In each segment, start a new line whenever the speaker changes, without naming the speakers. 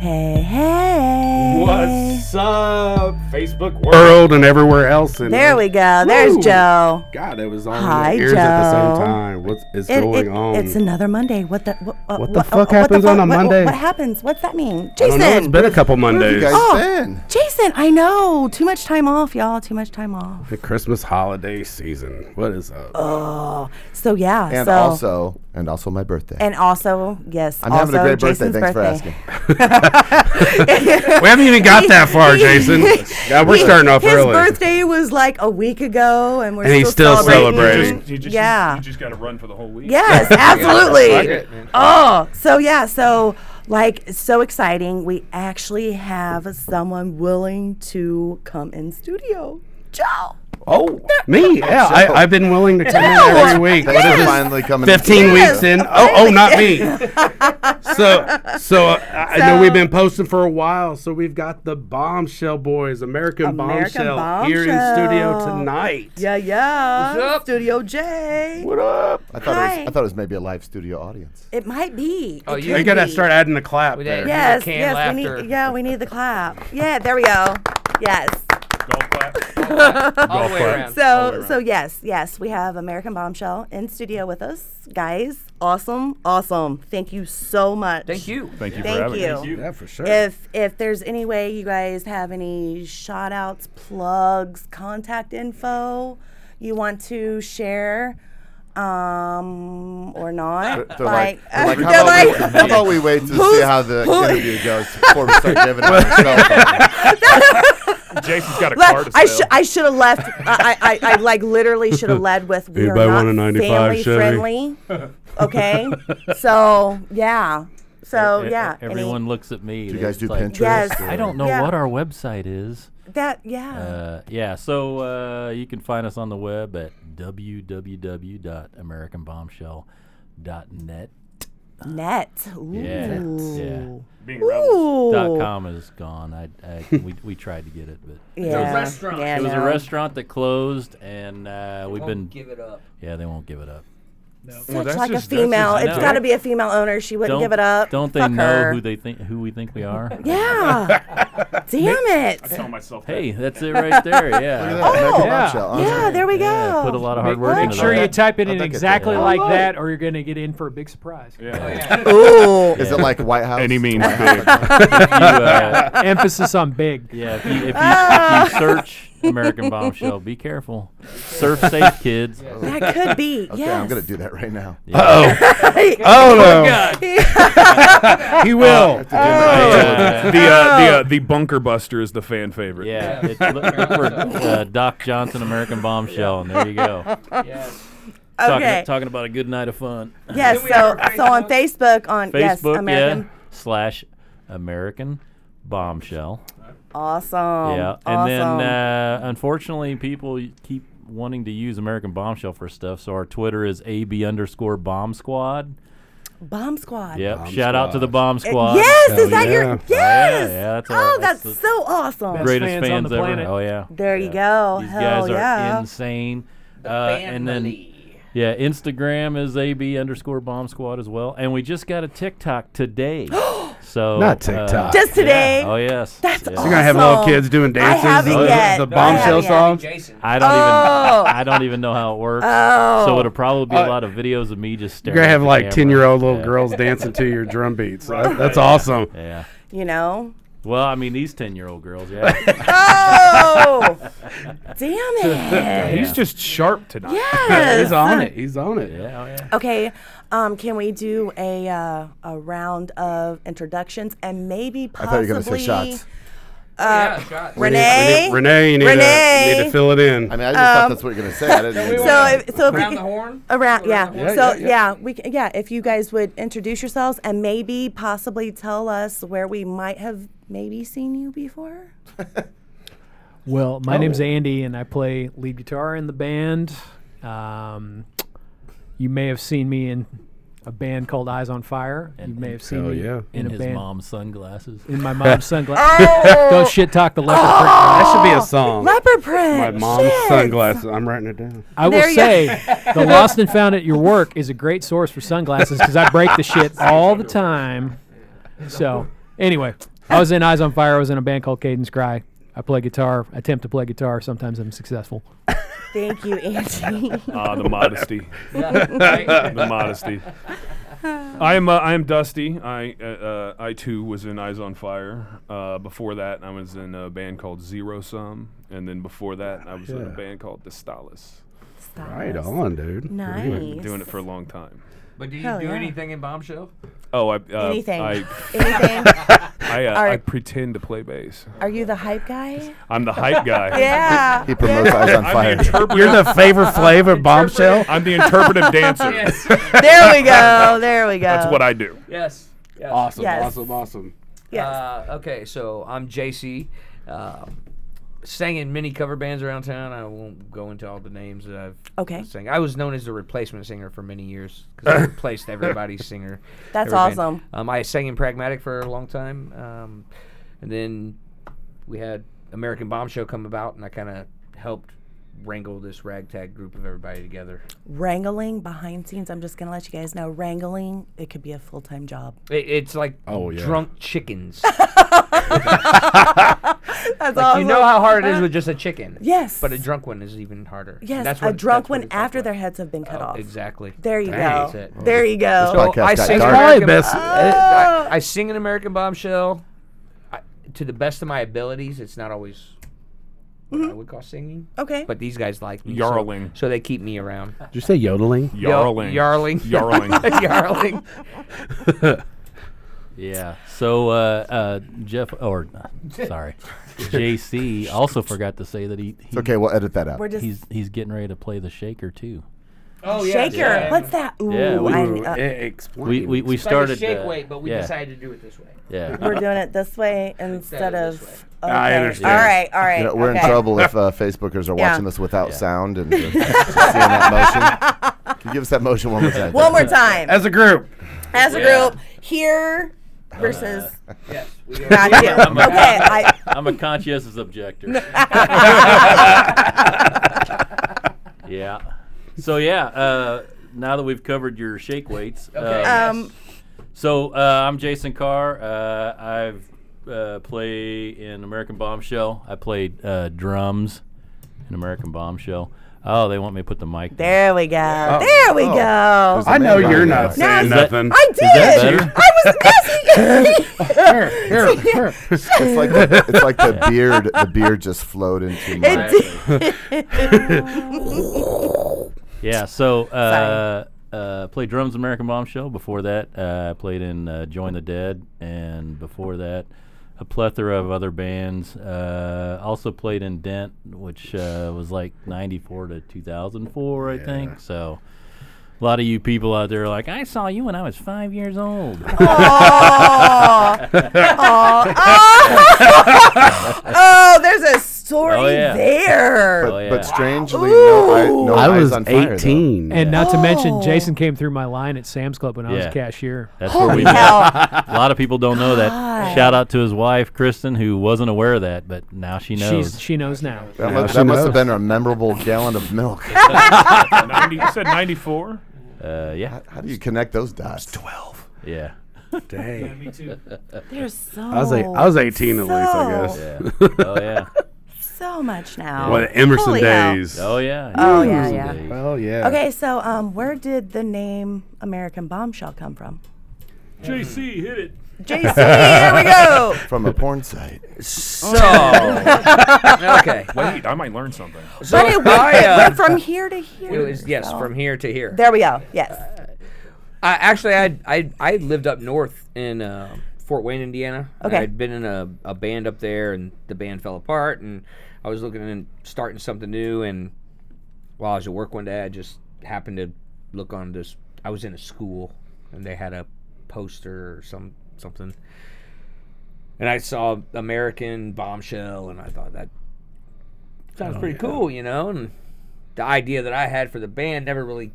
Hey, hey.
What's up, Facebook world?
World and everywhere else. And
There we go. There's
Woo.
Joe.
God, it was all
Hi,
in your ears at the
Joe.
same time. What is
It-
going
it-
on?
It's another Monday. What the what, uh,
What the fuck happens on a
what-
Monday?
What, happens? What's that mean,
I don't
Jason?
know. It's been a couple Mondays.
guys
Oh.
been?
Jason, I know. Too much time off, y'all. Too much time off.
The Christmas holiday season. What is up?
Oh, so yeah.
And
so
also, and also my birthday.
and also yes.
I'm
also
having a great birthday.
Jason's
Thanks for
birthday.
asking.
we haven't even got that far, Jason. God, we're
He-
starting off
His
early.
birthday was like a week ago, and we're
And
still
he's still
celebrating.
celebrating.
You just,
yeah.
You just got to run for the whole week.
Yes,
Fuck
absolutely.
it, man.
oh, so yeah, so like it's so exciting. We actually have someone willing to come in studio. Joe.
Oh,
Me? Yeah, I, I've been willing to come in every week. What
thanks
is
for
this?
finally coming. in.
15
Yes.
weeks in. Oh, oh, not me. so, so uh, I I know we've been posting for a while. So we've got the Bombshell Boys, American,
American
bombshell, here in studio
Bombshell.
tonight.
Yeah, yeah.
What's up?
Studio J.
What up?
I thought, it
Hi.
was, I thought it was maybe a live studio audience.
It might be.
Oh,
It
you-
could
You gotta
be.
start adding a clap.
With
There.
that-
Yes,
Canned
yes, we
laughter.
need. Yeah, we need the clap. Yeah, there we go. Yes.
Golf clap.
all the way
club.
around.
way
So,
around.
so yes, yes, we have American Bombshell in studio with us, guys. Awesome, awesome. Thank you so much.
Thank you.
Thank you
Thank
for having
you.
me. Thank
Yeah, for sure.
If if there's any way you guys have any shout outs, plugs, contact info you want to share um or not.
They're like, they're like,
uh,
how,
they're
about we, how about we wait to see
Who's-
how the
who-
interview goes before we start giving it ourselves?
Jason's got a
Le-
car to
I,
sell.
sh- I should have left. I, I, I, I like literally should have led with we
Anybody
are
want a
not
95
family
Chevy?
friendly. Okay, so yeah, so
E- e-
yeah. any-
Everyone looks at me.
You guys do Pinterest?
Yes.
or-
I don't know
Yeah.
what our website is.
that yeah.
Uh, yeah, so uh, you can find us on the web at www.americanbombshell.net.
net. Ooh.
uh, Yeah, yeah.
Being rebels.
Dot
Ooh.
com is gone. I, I we, we tried to get it, but
Yeah. It was a
restaurant.
Yeah,
it was a
no.
restaurant that closed, and uh, we've been
give it up.
yeah they won't give it up.
Well,
Such
that's
like a
just- that's just
female. It's
no.
got to be a female owner. She wouldn't give it up.
Don't they
Fuck
know
her.
who they think who we think we are?
Yeah. Damn it.
Tell myself that.
Hey, that's it right there.
Look at
Yeah.
that, American
Oh.
bombshell, huh?
Yeah, there we go.
Yeah, put a lot of hard work
Make
into
sure
that.
you type it in
think it's
exactly
there.
like that, or you're going to get in for a big surprise.
Ooh.
Is it like White House?
Any means big.
You, uh,
Emphasis on big.
Yeah, if you, if you,
Ah.
if you search American Bombshell, be careful. Surf safe, kids.
That could be.
Okay,
yes.
I'm gonna do that right now.
Uh,
Oh no. he will.
Oh.
Yeah,
the, uh, the, uh, the Bunker Buster is the fan favorite.
yeah. It's, look, look for uh, Doc Johnson, American Bombshell, and there you go.
Okay.
Talking, talking about a good night of fun.
Yes. So, so on Facebook, on yes,
Facebook,
American.
yeah, slash American Bombshell.
Awesome.
yeah, and
Oh, Awesome.
then uh, unfortunately, people y- keep wanting to use American Bombshell for stuff. So our Twitter is ab underscore bomb squad.
Bomb Squad.
Yep.
Bomb
Shout out to the bomb
Uh,
squad.
yes.
Hell
Is that
yeah.
your?
Oh,
Yes.
yeah, that's our-
oh, that's,
that's the
so awesome.
Best
greatest
fans on
fans,
the
ever.
planet.
Oh yeah.
There you go.
These
Hell
guys
yeah.
are insane. Uh, and then yeah, Instagram is ab underscore bomb squad as well, and we just got a TikTok today. so
Not
uh,
TikTok.
Just today.
Yeah. Oh yes.
That's
Yeah.
You're gonna have little
awesome.
kids doing
I
dances.
haven't
the,
yet.
the
I haven't
bombshell
yet.
songs.
Jason.
I don't
Oh.
even. I don't even know how it works.
Oh.
So it'll probably be a lot of videos of me
Uh,
just
You're
staring.
gonna
at
have
the
like
camera.
ten year old little
Yeah.
girls dancing to your drum beats. That- That's
Right.
awesome.
Yeah.
You know.
Well, I mean these ten year old girls. Yeah.
Oh. Damn it.
He's
just sharp tonight.
Yes.
He's on it. He's on it.
yeah. Oh, yeah.
Okay, um, can we do a uh, a round of introductions and maybe
I
possibly
thought you were gonna say shots.
Renee?
Renee, you need,
Renee.
To, need to fill it in.
I mean, I just thought that's what you're gonna say. I didn't. even-
Um, So if, so if we
Around
could-
the horn?
around yeah.
Around the
horn.
so
Yeah,
yeah,
yeah,
we c- yeah if you guys would introduce yourselves and maybe possibly tell us where we might have maybe seen you before.
Well, my name's Andy, and I play lead guitar in the band. Um, you may have seen me in a band called Eyes on Fire. you may have seen
hell
me
yeah.
in,
In
a
his
band
mom's sunglasses.
in my mom's sunglasses.
Oh!
Don't shit talk the leopard. print.
That should be a song.
Leopard print.
My mom's
Shit.
sunglasses. I'm writing it down.
I will
There you-
say, the Lost and Found at Your Work is a great source for sunglasses because I break the shit all the time. So Anyway, I was in Eyes on Fire. I was in a band called Cadence Cry. I play guitar, attempt to play guitar. Sometimes I'm successful.
Thank you, Angie.
Ah, the modesty. the modesty. I am uh, I am Dusty. I uh, uh, I too was in Eyes on Fire. Uh, before that, I was in a band called Zero Sum, and then before that, I was in a
Yeah.
band called Distalis.
Stop.
Right on, dude.
Nice.
Doing it for a long time.
But do you
Hell
do
yeah.
anything in Bombshell?
Oh, I uh,
Anything.
I
Anything?
I, uh,
Are-
I pretend to play bass.
Are you the hype guy?
I'm the hype guy.
Yeah.
He promotes Eyes on
I'm
Fire.
the interpretive.
You're the favorite flavor bombshell.
I'm the interpretive dancer.
There we go. There we go.
That's what I do.
Yes. yes.
Awesome,
Yes.
awesome, awesome.
Yes.
Uh, okay, so I'm JC. Uh, sang in many cover bands around town. I won't go into all the names that I've
Okay.
sang. I was known as the replacement singer for many years because I replaced everybody's singer.
That's
every band.
awesome.
Um, I sang in Pragmatic for a long time, um, and then we had American Bomb Show come about, and I kind of helped wrangle this ragtag group of everybody together.
wrangling behind scenes. I'm just gonna let you guys know, wrangling it could be a full time job.
It, it's like
Oh, yeah.
drunk chickens.
That's
Like, you know how hard it is with just a chicken.
Yes.
But a drunk one is even harder.
yes,
That's
a
what-
drunk
that's what
one
it's like
after
for
their
us.
heads have been cut
Oh,
off.
Exactly.
There you
Dang.
go.
That's it.
There you go.
So
Podcast
I
got
sing,
dark.
American,
Probably best-
uh, I, I sing an American Bombshell I, to the best of my abilities. It's not always what I would call singing,
Mm-hmm. okay.
but these guys like me. so-
Yarling.
So, they keep me around.
Did you say yodeling?
Yarling.
Yarling.
Yarling.
Yarling.
Yeah. So uh, uh, Jeff, or uh, sorry, JC also forgot to say that he, he
Okay, we'll edit that out.
We're just
he's he's getting ready to play the shaker too.
Oh,
shaker. What's that? Ooh,
Yeah, we-
I-
Ooh,
uh,
e- explain.
We we, we started uh, yeah,
to do it this way.
Yeah.
we're doing it this way instead of.
this way.
Okay.
I understand.
All right. All right.
You know, we're in
okay.
trouble if uh, Facebookers are
Yeah.
watching this without sound and uh, seeing that motion. Can you give us that motion one more time?
One more time,
As a group.
as a
Yeah.
group, here versus
Yes. We go.
not you. Okay. I,
I'm a conscientious objector. yeah. So yeah, uh, now that we've covered your shake weights,
Okay,
um,
um,
So uh, I'm Jason Carr. Uh, I've uh, play in American Bombshell. I played uh, drums in American Bombshell. Oh, they want me to put the mic. down.
there we go. there we
Oh.
go.
I know you're
Now
not
is
saying
that-
nothing.
I did.
that better?
I was busy.
Here, here, here.
It's like the, it's like the beard. The beard just flowed into my.
Yeah. So uh, uh, played drums in American Bombshell. Before that, uh, I played in uh, Join the Dead, and before that, a plethora of other bands. Uh, also played in Dent, which uh, was like '94 to 2004, I think. So. A lot of you people out there are like, I saw you when I was five years old.
oh, oh, oh, oh, there's a story
Oh, yeah.
there.
Oh, yeah.
But strangely, no, I, no
I
eyes
was
on fire, though.
18.
And not to mention,
Oh.
Jason came through my line at Sam's Club when I was
Yeah.
cashier.
That's where
Holy
we
hell.
A lot of people don't know that.
God.
Shout out to his wife, Kristen, who wasn't aware of that, but now she knows.
She's she knows now.
That,
Now
must,
she
that must
knows.
have been a memorable gallon of milk.
90, you said 94?
uh, yeah,
How do you connect those dots? Twelve.
yeah.
Dang.
There's so
I was, eight, I was 18 at least, I guess.
so-
yeah. Oh, yeah.
so much now.
Well, the Emerson
Holy hell.
days.
Oh, yeah.
Oh, yeah, yeah.
Well, yeah.
Okay, so um, where did the name American Bombshell come from?
JC, hit it.
JC, here we go.
From a porn site.
So. okay.
Wait, I might learn something.
So
But it went,
I,
it
uh,
went from here to
it
here.
was, yes,
so-
from here to here.
There we go. Yes.
I, actually, I I I lived up north in uh, Fort Wayne, Indiana. and
Okay.
I'd been in a, a band up there, and the band fell apart, and I was looking and starting something new. And while I was at work one day, I just happened to look on this. I was in a school, and they had a poster or some something, and I saw American Bombshell, and I thought that sounds pretty cool, you know. And the idea that I had for the band never really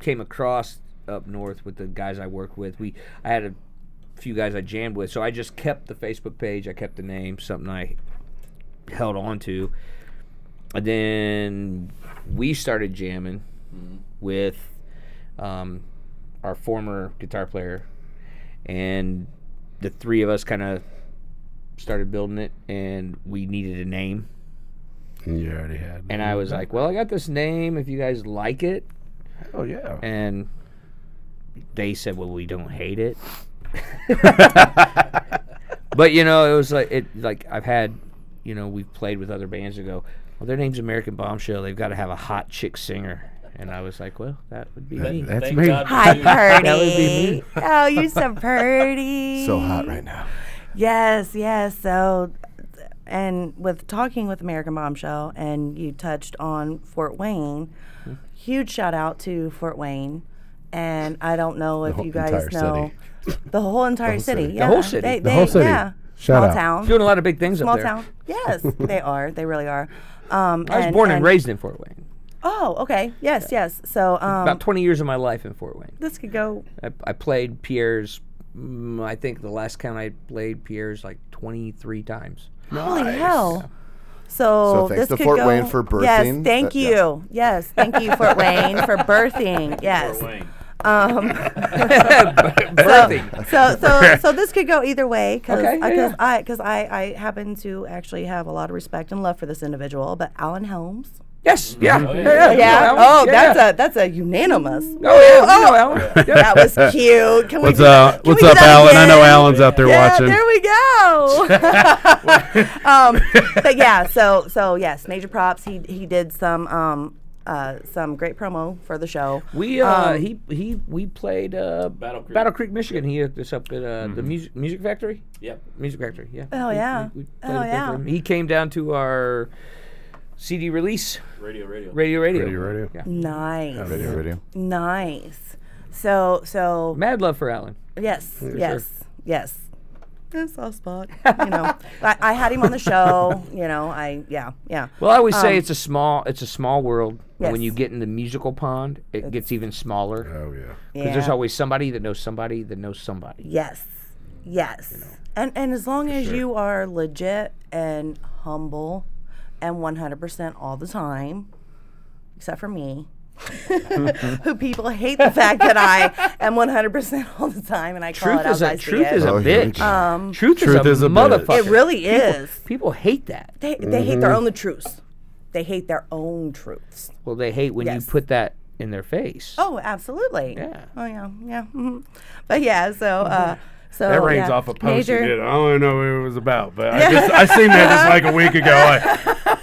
came across up north with the guys I worked with. We I had a few guys I jammed with, so I just kept the Facebook page. I kept the name, something I held on to. And then we started jamming with um, our former guitar player, and the three of us kind of started building it, and we needed a name.
And you already had.
And I was like, "Well, I got this name. If you guys like it,"
oh yeah.
and they said, "Well, we don't hate it." but you know, it was like it like I've had, you know, we've played with other bands and go, "Well, their name's American Bombshell. They've got to have a hot chick singer." And I was like, "Well, that would be me."
That's
Thank
me.
God for
Hi,
you.
Purdy.
That would be me.
Oh, you're so pretty.
So hot right now.
Yes, yes. So, and with talking with American Bombshell, and you touched on Fort Wayne.
Hmm.
Huge shout out to Fort Wayne, and I don't know if
whole
you guys
entire
know
city.
the whole entire city.
city.
Yeah,
whole city.
They,
The
they-
whole city.
Yeah.
Shout
Small
out.
town.
Doing a lot of big things
Small
up there.
town. Yes, they are. They really are. Um,
I was born and, raised in Fort Wayne.
Oh, okay. Yes, yes. So, um,
About 20 years of my life in Fort Wayne.
this could go.
I, I played Pierre's. Mm, I think the last count I played Pierre's like 23 times.
Holy hell. So,
So thanks
this
to
could
Fort
go-
Wayne for
Yes,
birthing.
thank
That- yeah.
you. Yes, thank you, Fort Wayne, for birthing. Yes. Um,
Birthing.
So, so, so this could go either way because
Okay, yeah, yeah.
I because I, I happen to actually have a lot of respect and love for this individual, but Alan Holmes.
Yes. Yeah. Yeah.
Yeah.
Alan,
Oh,
yeah,
that's
yeah.
a that's a unanimous.
Oh, yeah. we know Alan. Yeah.
That was cute. Can we
What's
do that-
up?
can we
What's
do
up,
that
Alan? I know
again?
Alan's out there
yeah,
watching.
There we go. um, but yeah, so so yes, major props. He he did some um uh some great promo for the show.
We uh
Um,
he he we played uh Battle Creek, Michigan. He hooked us up at uh, the music music factory.
Yep.
Music factory. Yeah.
Oh,
We-
yeah.
we- we
Oh,
played a thing for
yeah.
him. He came down to our CD release
Radio, radio.
radio radio
Radio, radio.
Yeah.
Nice,
Radio, radio.
nice. So so
Mad love for Alan.
yes yes yes. It's soft spot. You know, I, I had him on the show. You know, I yeah yeah.
Well, I always say it's a small it's a small world. and When
Um, Yes.
you get in the musical pond, it gets even smaller because
Oh yeah.
yeah.
there's always somebody that knows somebody that knows somebody.
Yes. Yes. and and as long as you are legit and humble and 100% all the time, except for me, who people hate the fact that I am 100% all the time and I call
Truth
it out as
is
I
a
see
truth
it.
is a
Oh, here we
bitch.
go.
truth,
Truth
is a,
is a bitch.
motherfucker.
Um, it really is.
People Mm-hmm. hate that.
They, they hate their own truths. They hate their own truths.
Well, they hate when
Yes.
you put that in their face.
Oh, absolutely.
Yeah. Mm-hmm.
Oh yeah. Yeah. mhm. But yeah. So. Uh, so
That rains
yeah.
off a post.
Major-
you did. I don't know what it was about, but I, just, I seen that just like a week ago. Like,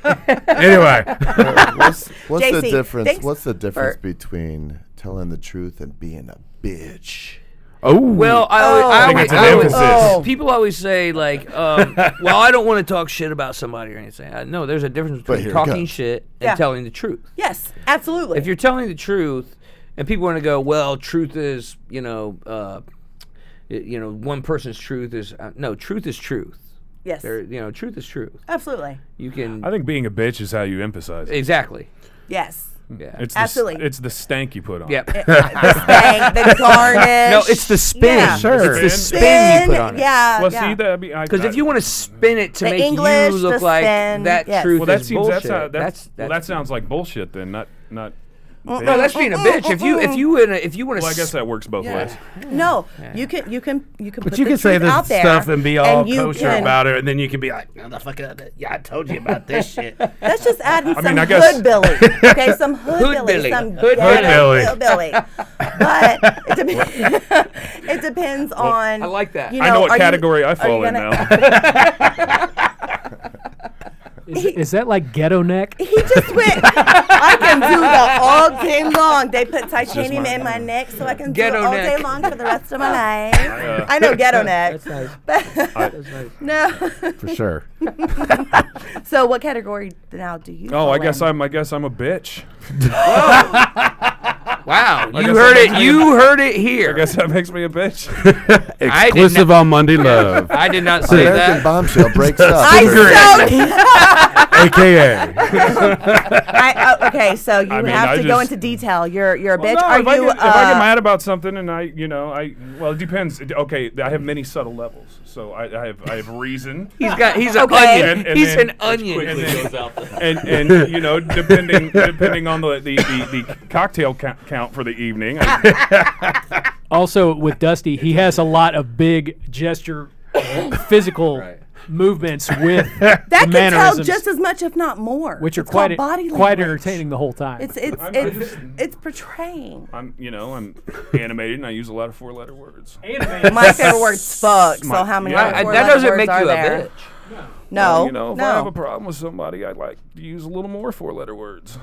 anyway,
what's what's the
JC,
difference?
thanks
What's the difference
for-
between telling the truth and being a bitch?
oh
Well, I always, I
I think
always,
it's an
I always-
emphasis.
Oh.
people always say like, um, well, I don't want to talk shit about somebody or anything. I, no, there's a difference between
here it
talking
comes.
shit and
Yeah.
telling the truth.
Yes. Absolutely.
If you're telling the truth, and people want to go, well, truth is, you know, uh, y- you know, one person's truth is uh, no, truth is truth.
yes.
There, you know, truth is truth.
Absolutely.
You can
I think being a bitch is how you emphasize it.
exactly.
Yes.
Yeah.
It's The,
absolutely.
s- it's the stank you put on. it.
yeah.
Bang, the garnish.
No, it's the spin.
Yeah.
Sure. It's the
Spin.
spin, you put on it.
Yeah.
Well,
Uh, yeah.
see, that be, I,
Because if
I-
you want to spin it to
The
make
English,
you
the
look like
spin,
that
yes.
truth
well, that
is
seems
bullshit.
that's, how, that's, well, that
that's-
sounds like bullshit then. Not not.
no, that's being a bitch. If you if you in a, if you want to
Well, I guess that works both ways.
no, you can you can you can.
But
put
you
the
can say
truth
this
out there,
stuff and be all
you
kosher
can-
about it, and then you can be like, motherfucker, yeah, I told you about this shit.
That's just adding some
mean, I guess-
hoodbilly. Okay, some hoodbilly,
Hoodbilly.
some
Hoodbilly.
ghetto hoodbilly. But it, dep- it depends on.
I like that.
You know,
I know what
are you-
category
are
I
you
fall in
gonna-
now.
Is, is that like ghetto neck?
He just went. I can do that all day long. They put titanium in my neck so I can do
Ghetto
it all
neck.
day long for the rest of my life. I know ghetto neck.
That's nice.
No.
For sure.
So what category now do you?
Oh, I
fall
guess
in?
I'm. I guess I'm a bitch.
Wow, you heard it. You heard it here.
I guess that makes me a bitch.
I did
Exclusive on Monday Love,
I did not say
American
that.
bombshell breaks up.
I so
aka.
I, oh, okay, so you
I mean,
have
I
to go
just-
into detail. You're you're a bitch.
No,
Are
if, I
you?
get, if I get
uh,
mad about something and I, you know, I well, it depends. It- okay, I have many subtle levels, so I, I have I have reason,
He's got. He's an
Okay.
onion.
And- and
he's
then-
an onion.
and then, and, and you know, depending depending on the the, the, the cocktail ca- account for the evening. I-
Also, with Dusty, he has a lot of big gesture, physical movements with
That could tell
mannerisms,
just as much, if not more.
which are
It's called
quite
body
quite
language.
entertaining the whole time.
It's it's
I'm- I'm
it's
just-
it's portraying.
I'm, you know, I'm animated and I use a lot of four-letter words.
My favorite word's fuck. So
My-
how many
yeah.
other
I-
four
that
letter
doesn't
words
make
are
you
there?
a bitch.
No,
you know, if I have a
no.
problem with somebody, I like to use a little more four-letter words.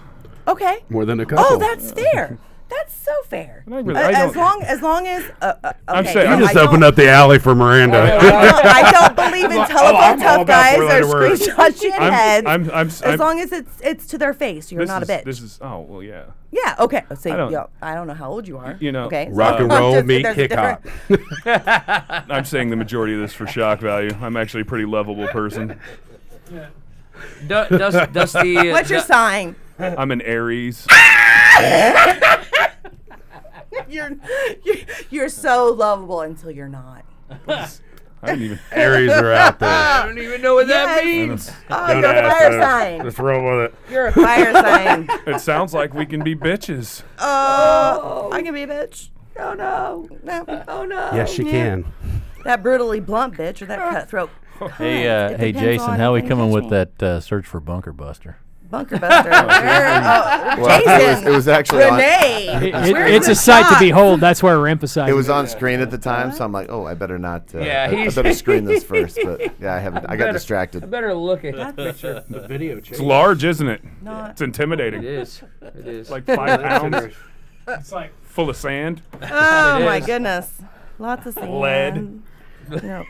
Okay.
More than a couple.
Oh, that's fair. That's so fair.
And I really-
Uh,
I
as
don't-
long as long as uh, uh, okay.
I'm saying-
no,
I
You just
don't-
opened up the alley for
Oh,
Miranda.
I don't believe in telephone
I'm all
tough
about
guys or
four-letter words.
screenshot shit
I'm,
heads.
I'm, I'm, s-
as
I'm-
long as it's it's to their face, you're
this
not
is,
a bitch.
This is, oh, well, yeah.
yeah. Okay. So
I
I
don't-
don't, I don't know how old you are.
you know,
Okay. so
Rock and
I'm
roll
just-
meet
there's a
hip hop.
different-
I'm saying the majority of this for shock value. I'm actually a pretty lovable person.
Du- Dust, Dusty. uh,
What's your
Du-
sign?
I'm an Aries.
You're you're- you're so lovable until you're not.
I didn't even.
Aries are out
I
there.
don't even know what
Yes.
that means.
Oh,
Don't
you're a
ask,
fire
uh,
sign.
Just roll with it.
You're a fire sign.
It sounds like we can be bitches.
Oh, I can be a bitch. Oh no. no. Oh no.
Yes, you
Yeah.
can.
That brutally blunt bitch or that cutthroat.
Hey,
cunt.
uh,
It
hey,
depends
Jason,
on
how we
when you
coming
catch
with
me.
that uh, search for Bunker Buster?
bunker buster? Where- oh,
Well, it was,
Jason.
it was actually on, it
Renee.
It- it-
Where's
it's
the
a sight to
shot?
behold. That's why we're emphasizing.
was on screen at the time, so I'm like, oh, I better not. Uh,
Yeah,
I- I,
he's-
better screen this first. But yeah, I haven't. I got
I
distracted.
better look at that picture.
The video
It's large, isn't it?
Not-
It's intimidating.
It is. It is.
Like five pounds, full of sand.
Oh
It
my
is.
goodness. Lots of sand.
Lead.
No.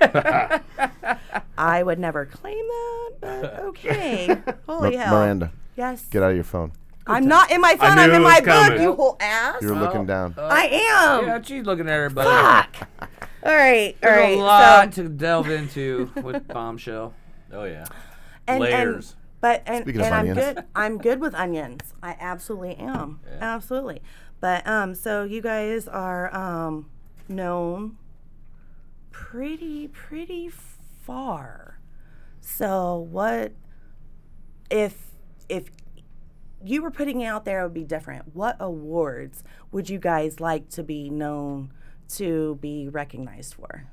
I would never claim that, but okay. Holy
Mi-
hell.
Miranda,
Yes.
get out of your phone.
I'm not in my phone.
knew
I'm in
it
my
was coming.
book, you whole ass.
You're looking down.
I am.
yeah, she's looking at her buddy.
Fuck. All right. All
There's
right.
a lot
so,
to delve into with bombshell.
Oh yeah.
and,
layers.
And, but and,
Speaking of
and I'm
onions.
good. I'm good with onions. I absolutely am. Absolutely. But um, so you guys are um, known pretty pretty far. So what if if you were putting it out there it would be different. What awards would you guys like to be known to be recognized for?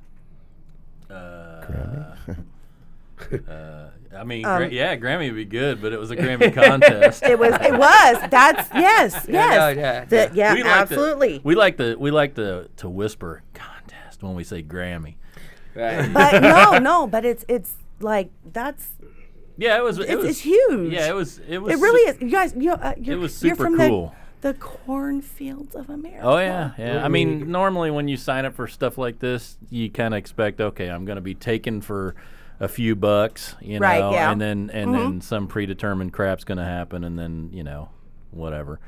I mean, gra- yeah, Grammy would be good, but it was a Grammy contest.
Um, It was. It was. That's yes. Yes.
no, yeah,
The- yeah,
We like to-
absolutely.
we like to we like to to whisper contest when we say Grammy.
Right.
but no, no. But it's it's like that's
Yeah, it was. it
it's,
was
it's huge.
Yeah, it was. It was.
It really is. You guys, you uh, you're,
It was
you're
super
from
cool.
the the cornfields of America.
Oh yeah, yeah. I mean, normally when you sign up for stuff like this, you kind of expect, okay, I'm going to be taken for a few bucks, you know,
Right, yeah. Mm-hmm.
and then and then some predetermined crap's going to happen, and then you know, whatever.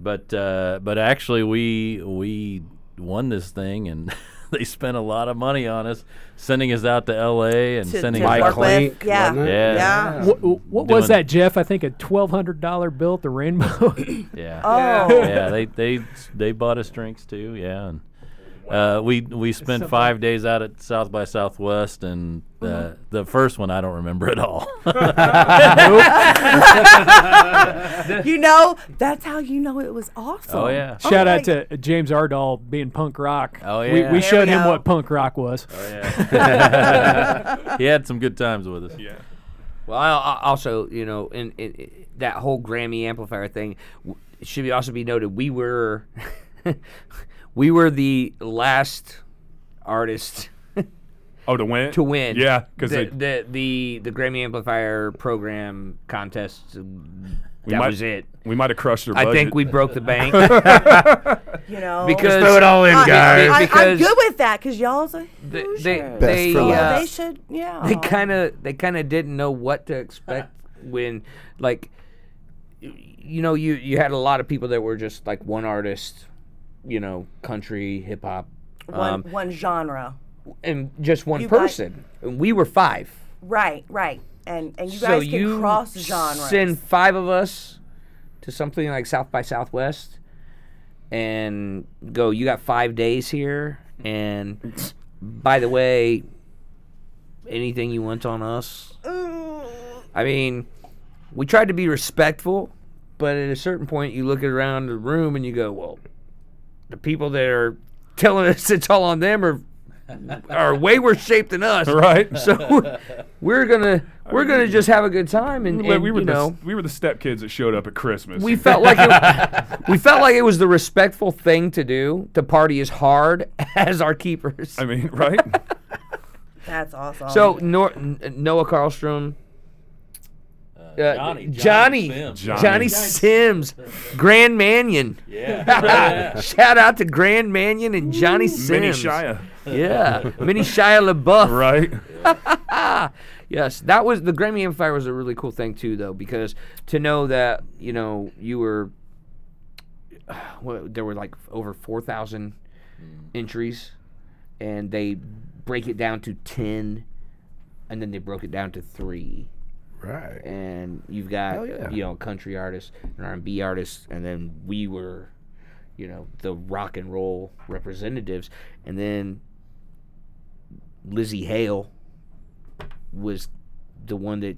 But uh, but actually, we we won this thing, and they spent a lot of money on us, sending us out to L.A. and
To,
sending
to
us
Mike
work
out-
with.
Link,
Yeah.
wasn't it?
Yeah.
Yeah.
What, what was
Doing-
that, Jeff? I think a twelve hundred dollar bill at the Rainbow.
yeah.
Oh.
yeah, they they they bought us drinks too. Yeah, and uh, we we spent five days out at South by Southwest, and uh,
Uh-huh.
the first one I don't remember at all.
You know, that's how you know it was awesome.
oh yeah,
Shout out
my-
to James Ardahl being punk rock.
Oh,
we,
yeah.
we
There
showed
we
him
go.
what punk rock was.
he had some good times with us.
Yeah.
Well, I, I also, you know, in, in, in that whole Grammy amplifier thing, w- it should be also be noted we were, we were the last artist
Oh, to win.
to win.
Yeah, because
the,
they
the the the Grammy amplifier program contest, that
might-
was it.
we might have crushed their budget.
I think we broke the bank
You know.
because
Throw it all in,
I,
guys.
I, am
Because-
good with that because y'all's a
they
hoosier.
they
Well,
Best
they,
for
uh,
last.
they should. Yeah.
they kind of they kind of didn't know what to expect when like y- you know you you had a lot of people that were just like one artist you know country hip hop
one
um,
one genre.
and just one
You got-
person and we were five
Right. Right. And and you
so
guys can
you
cross genres.
send five of us to something like South by Southwest and go you got 5 days here and by the way anything you want on us I mean, we tried to be respectful, but at a certain point, you look around the room and you go, "Well, the people that are telling us it's all on them are are way worse shaped than us.
Right.
So we're gonna we're gonna just have a good time and,
We were-
and,
we were
you
the,
know
s- we were the step kids that showed up at Christmas.
we felt like it, we felt like it was the respectful thing to do to party as hard as our keepers.
I mean, right?
That's awesome.
so Nor- N- Noah Carlstrom, uh,
Johnny-
Johnny,
Johnny Sims.
Johnny.
Johnny Sims, Grand Mannion.
Yeah.
Shout out to Grand Mannion and Johnny Sims.
Mini Shia,
Yeah, Mini Shia LaBeouf.
right?
Yes, that was the Grammy Amplifier was a really cool thing too, though, because to know that you know you were, well, there were like over four thousand entries, and they break it down to ten, and then they broke it down to three,
Right.
and you've got
Hell yeah.
you know country artists and R and B artists, and then we were, you know, the rock and roll representatives, and then Lizzie Hale was the one that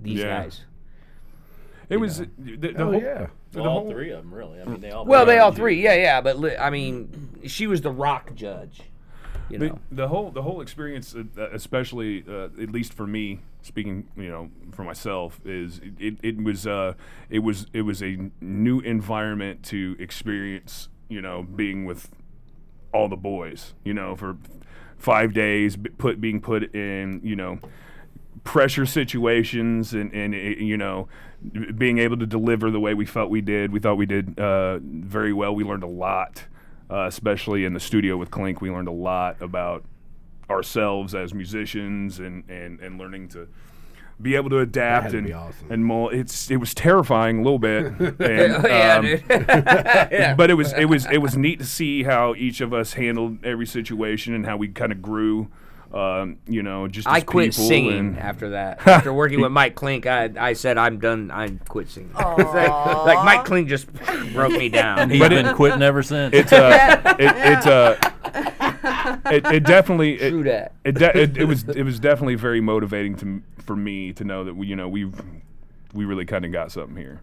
these
Yeah.
guys.
It was the, the
Oh
whole-
yeah.
all three of them, really. I mean, they all.
Well, they all three, yeah, yeah, but li- I mean, she was the rock judge, you
The,
know.
the whole the whole experience, uh, uh, especially uh, at least for me, speaking you know for myself, is it, it, it was uh, it was it was a new environment to experience. You know, being with all the boys. You know, for five days, b- put being put in you know pressure situations and, and uh, you know being able to deliver the way we felt we did we thought we did uh, very well we learned a lot uh, especially in the studio with clink we learned a lot about ourselves as musicians and, and, and learning to be able to adapt
to
and
be awesome.
and mold. it's it was terrifying a little bit and,
yeah,
um,
dude.
but it was it was it was neat to see how each of us handled every situation and how we kind of grew um, you know just
I
as
quit
people
singing
and-
after that. After working with Mike Clink, I, I said I'm done. I quit singing. like, like, Mike Clink just broke me down.
He's
But
been quitting ever since.
it's uh, it, it's uh, it, it definitely
True
it,
that.
it, de- it, it was it was definitely very motivating to m- for me to know that we, you know we've we really kind of got something here.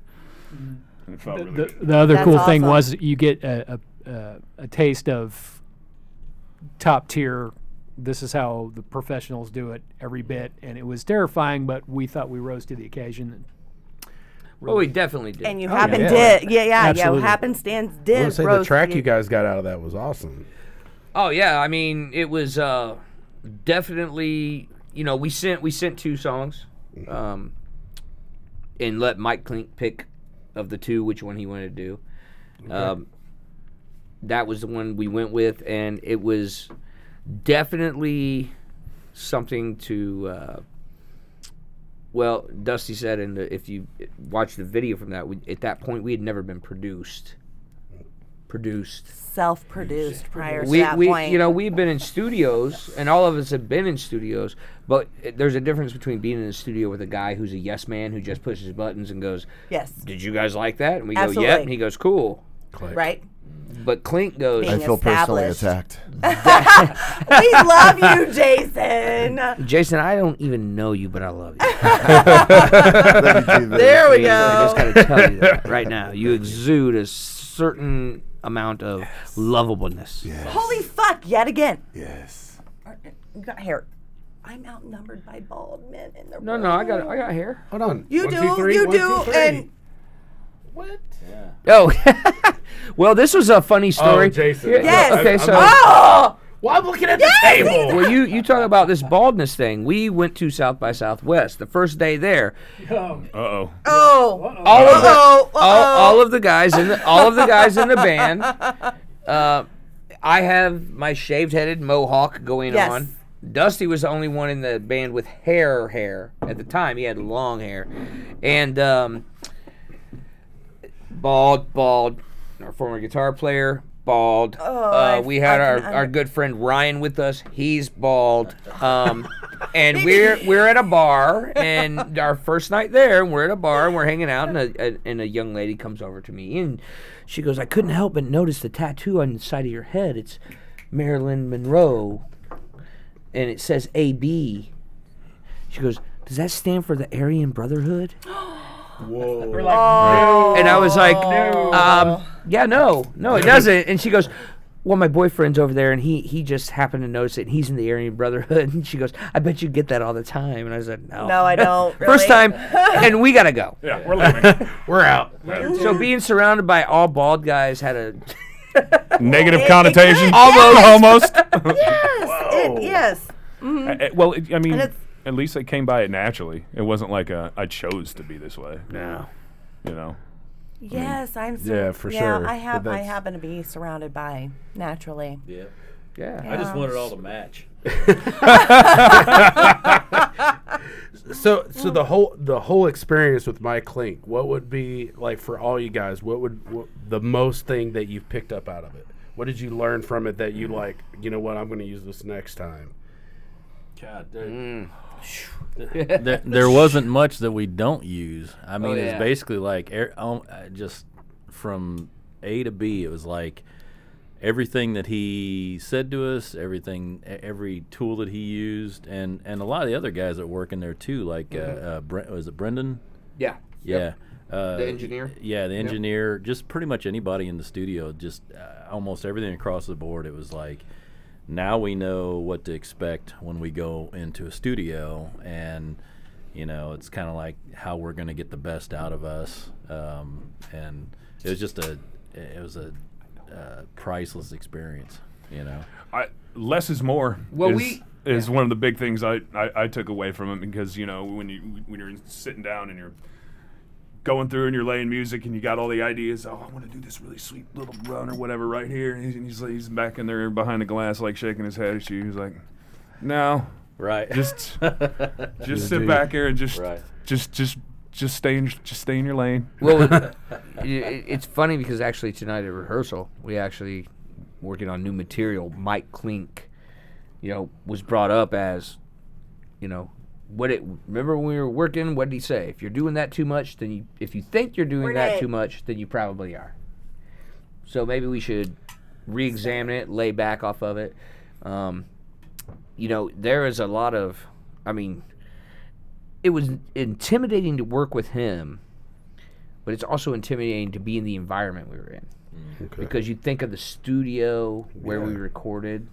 And it felt really
The,
good.
the other
That's
cool thing
awesome.
was you get a, a, a, a taste of top tier. This is how the professionals do it every bit, and it was terrifying. But we thought we rose to the occasion.
Well, we Oh, definitely did.
and you happened
yeah.
did, yeah, yeah, yeah.
Absolutely.
Happenstance
I
did.
would say the
roast
track you guys got out of that was awesome.
Oh yeah, I mean it was uh, definitely you know we sent we sent two songs, um, and let Mike Clink pick of the two which one he wanted to do. Um, that was the one we went with, and it was definitely something to. Uh, well, Dusty said, and if you watch the video from that, we, at that point we had never been produced. Produced
self-produced prior
we,
to that
we
point.
you know we've been in studios and all of us have been in studios but it- there's a difference between being in a studio with a guy who's a yes man who just pushes buttons and goes
yes,
did you guys like that and we go yep
Absolutely.
and he goes cool
right.
but clink goes
I
Being
feel personally
established.
attacked.
we love you, Jason.
jason i don't even know you but i love you
there
we
i
go.
just gotta tell you that right now you exude a certain amount of lovableness
Holy fuck! Yet again,
Yes.
you got hair. I'm outnumbered by bald men in the
no no i got i got hair
Hold on.
You
One,
do,
two, three,
you
one, two,
do,
three.
and
oh well this was a funny story
Jason.
Yeah,
Yes.
okay so
oh,
Well, I'm looking at the table.
Well, you you talk about this baldness thing. We went to South by Southwest the first day there.
Uh oh,
oh,
All of the
oh,
all, all of the guys in the, all of the guys in the band. Uh, I have my shaved headed mohawk going
Yes.
on. Dusty was the only one in the band with hair hair at the time. He had long hair, and um, bald bald. Our former guitar player bald. uh,
Oh, I-
we had
I
our,
can under-
our good friend Ryan with us. He's bald. Um, and we're we're at a bar, and our first night there, and we're at a bar, and we're hanging out, and a, a and a young lady comes over to me, and she goes, "I couldn't help but notice the tattoo on the side of your head. It's Marilyn Monroe, and it says AB." She goes, "Does that stand for the Aryan Brotherhood?"
Whoa.
Oh. And I was like, um, Yeah, no, no, it doesn't. And she goes, "Well, my boyfriend's over there, and he he just happened to notice it. And he's in the Aryan Brotherhood." And she goes, "I bet you get that all the time." And I said, "No,
No, I don't,
First
really."
time, and we gotta go."
Yeah, we're leaving.
We're out.
So being surrounded by all bald guys had a
Negative connotation.
Almost.
Yes, it, yes.
Uh, uh, well, it, I mean,
it's-
at least it came by it naturally. It wasn't like a, I chose to be this way.
No.
You know.
Yes, I'm. sur-
yeah, for
yeah,
sure,
I
but
have. I
that's-
happen to be surrounded by naturally.
Yeah.
yeah.
I just wanted all to match.
So so the whole the whole experience with Mike Clink, what would be like for all you guys? What would what, the most thing that you've picked up out of it? What did you learn from it that you like? You know what? I'm going to use this next time.
God, there,
Mm.
there, there wasn't much that we don't use. I mean,
yeah.
it's basically like er, um, uh, just from A to B. It was like everything that he said to us, everything, e- every tool that he used, and and a lot of the other guys that work in there too. Like uh, uh, Bre- was it Brendan?
yeah,
Yeah. Uh,
The engineer?
Yeah, the engineer. Just pretty much anybody in the studio. Just uh, almost everything across the board. It was like, now we know what to expect when we go into a studio, and you know, it's kind of like how we're going to get the best out of us. Um, and it was just a, it was a uh, priceless experience. You know.
I, less is more.
Well,
is,
we-
is one of the big things I, I, I took away from it because you know when you when you're sitting down and you're going through and you're laying music and you got all the ideas. Oh, I want to do this really sweet little run or whatever right here. And he's, and he's, he's back in there behind the glass, like shaking his head at you. He's like, no,
Right.
just just sit back here and just
Right.
just just just stay in just stay in your lane.
Well, it- it- it's funny because actually tonight at rehearsal, we actually working on new material. Mike Clink, you know, was brought up as, you know, what it. Remember when we were working? What did he say? If you're doing that too much, then you. If you think you're doing
We're
that
dead.
too much, then you probably are. So maybe we should re-examine it, lay back off of it. Um, you know, there is a lot of. I mean, it was intimidating to work with him but it's also intimidating to be in the environment we were in because you think of the studio where we recorded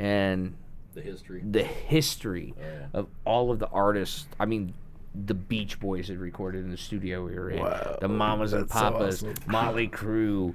and
the history.
the history of all of the artists. I mean, the Beach Boys had recorded in the studio we were in. the Mamas and Papas, Motley Crue,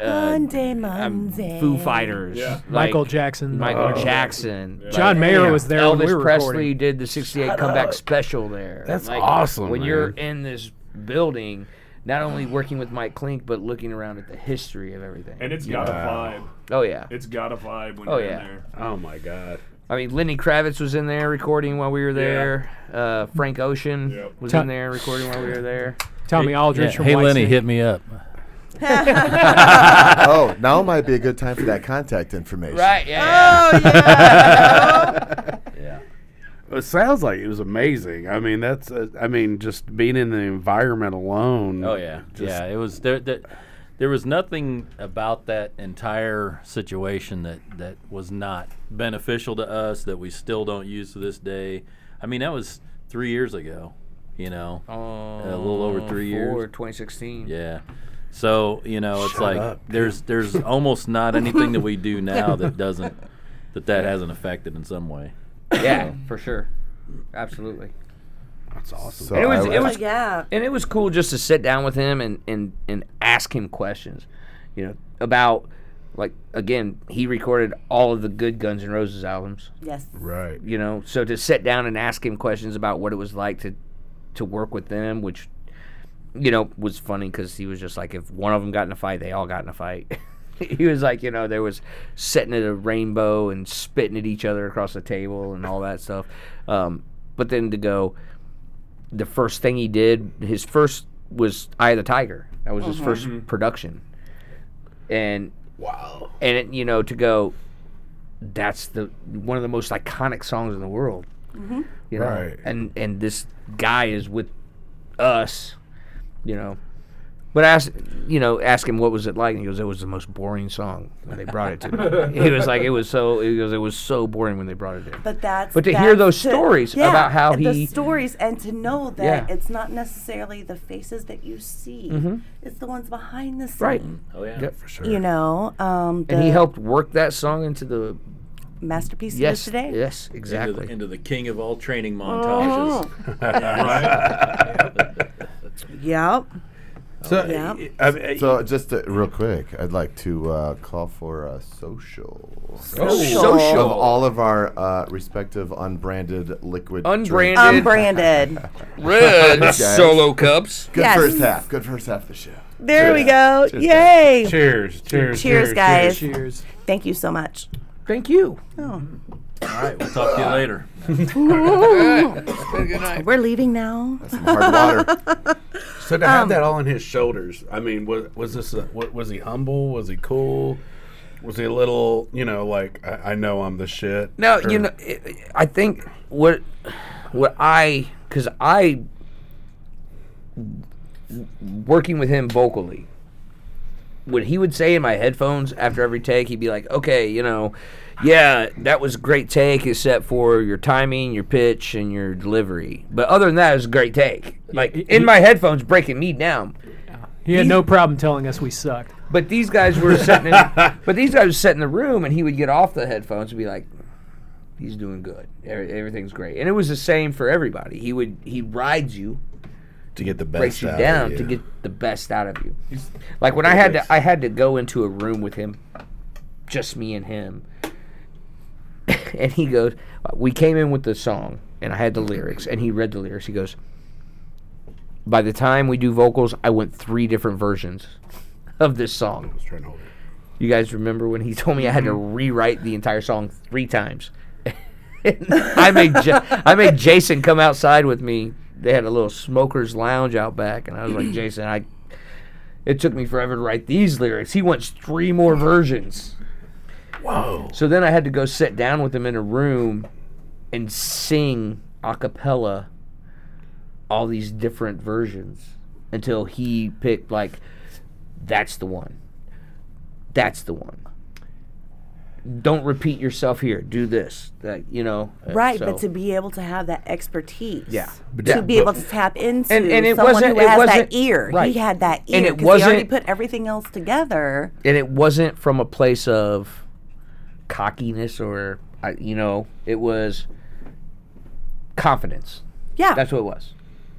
uh,
Monday, Monday.
Foo Fighters,
Michael
like
Jackson. uh,
Michael Jackson.
John
like,
Mayer was there when
Elvis
we were
Presley
recording.
did the 68 comeback special there.
That's awesome,
When you're
man.
in this building, not only working with Mike Klink, but looking around at the history of everything.
And it's got a vibe.
oh, yeah.
It's got a vibe when
Oh,
you're
yeah.
in there.
Oh my god!
I mean, Lenny Kravitz was in there recording while we were there. Uh, Frank Ocean
Yep.
was
Ta-
in there recording while we were there.
Tommy Aldridge from
Hey
White
Lenny,
Snake.
hit me up.
oh, now might be a good time for that contact information.
Right, yeah.
Oh yeah.
It sounds like it was amazing. I mean, that's uh, I mean, just being in the environment alone.
Oh yeah,
just-
yeah. It was there, there. There was nothing about that entire situation that that was not beneficial to us that we still don't use to this day. I mean, that was three years ago. You know,
Oh!
a little over three
Four,
years.
2016.
Yeah. So you know, it's like there's there's almost not anything that we do now that doesn't that that hasn't affected in some way.
yeah, for sure. Absolutely.
that's awesome.
So
It was-
I,
it was-
Oh, yeah.
and it was cool just to sit down with him and, and, and ask him questions, you know, about like again, he recorded all of the good Guns N' Roses albums,
Yes.
right.
you know. So to sit down and ask him questions about what it was like to to work with them, which you know was funny because he was just like, if one of them got in a fight, they all got in a fight. he was like, you know, there was sitting at a rainbow and spitting at each other across the table and all that stuff. Um, but then to go, the first thing he did, his first was Eye of the Tiger. That was his first production. And wow. And it, you know, to go, that's the one of the most iconic songs in the world.
Mm-hmm.
You know,
Right.
and and this guy is with us, you know. But I asked, you know, ask him what was it like, and he goes, "It was the most boring song when they brought it to me." he was like, "It was so," he goes, "It was so boring when they brought it in."
But that's
But to hear
that's
those stories
yeah,
about how
the
he-
stories and to know that
Yeah. Mm-hmm.
it's not necessarily the faces that you see, it's the ones behind the scene.
Right.
Oh yeah.
Yeah, for sure.
You know, um, the
And he helped work that song into the
masterpiece of
yes,
today.
yes,
Into the,
exactly.
into the king of all training montages.
Oh.
Yep.
So,
yeah.
I mean,
So just uh, real quick, I'd like to uh, call for a social.
Social.
Of all of our uh, respective unbranded liquid. drinks.
Unbranded.
Unbranded.
Red
solo
cups.
Good
Yes.
first half. Good first half of the show.
There we go. Yay.
cheers, cheers,
Cheers, guys.
Cheers.
Thank you so much.
Thank you.
All right, we'll talk to
Uh,
you later.
We're leaving now.
Some hard water.
So to
Um,
have that all on his shoulders, I mean, was was this a, wa- was he humble? Was he cool? Was he a little, you know, like I, I know I'm the shit?
No,
Or-
you know, i- i- I think what what I because I working with him vocally, what he would say in my headphones after every take, he'd be like, "Okay, you know, yeah, that was a great take, except for your timing, your pitch, and your delivery. But other than that, it was a great take. Like in my headphones, breaking me down."
He had no problem telling us we sucked.
But these guys were sitting. In, but these guys were sitting in the room, and he would get off the headphones and be like, "He's doing good. Every- Everything's great." And it was the same for everybody. He would he rides you,
to get the best
breaks you
out of
down to
you.
get the best out of you. Like when I had to, I had to go into a room with him, just me and him. and he goes, "We came in with the song, and I had the lyrics, and he read the lyrics. He goes." By the time we do vocals, I went three different versions of this song.
Just trying to hold it.
You guys remember when he told me I had to rewrite the entire song three times? I made ja- I made Jason come outside with me. They had a little smokers lounge out back, and I was like, Jason, I. It took me forever to write these lyrics. He wants three more versions.
Whoa!
So then I had to go sit down with him in a room and sing a cappella all these different versions until he picked like that's the one. That's the one. Don't repeat yourself here. Do this. That you know. uh,
Right,
so-
but to be able to have that expertise.
Yeah.
To
Yeah,
be
but-
able to tap into
And- and it
someone
wasn't-
who
it
has that
wasn't-
ear.
right.
He had that ear
And it
'cause he already
wasn't-
put everything else together.
and it wasn't from a place of cockiness or I- you know, it was confidence.
Yeah.
That's what it was.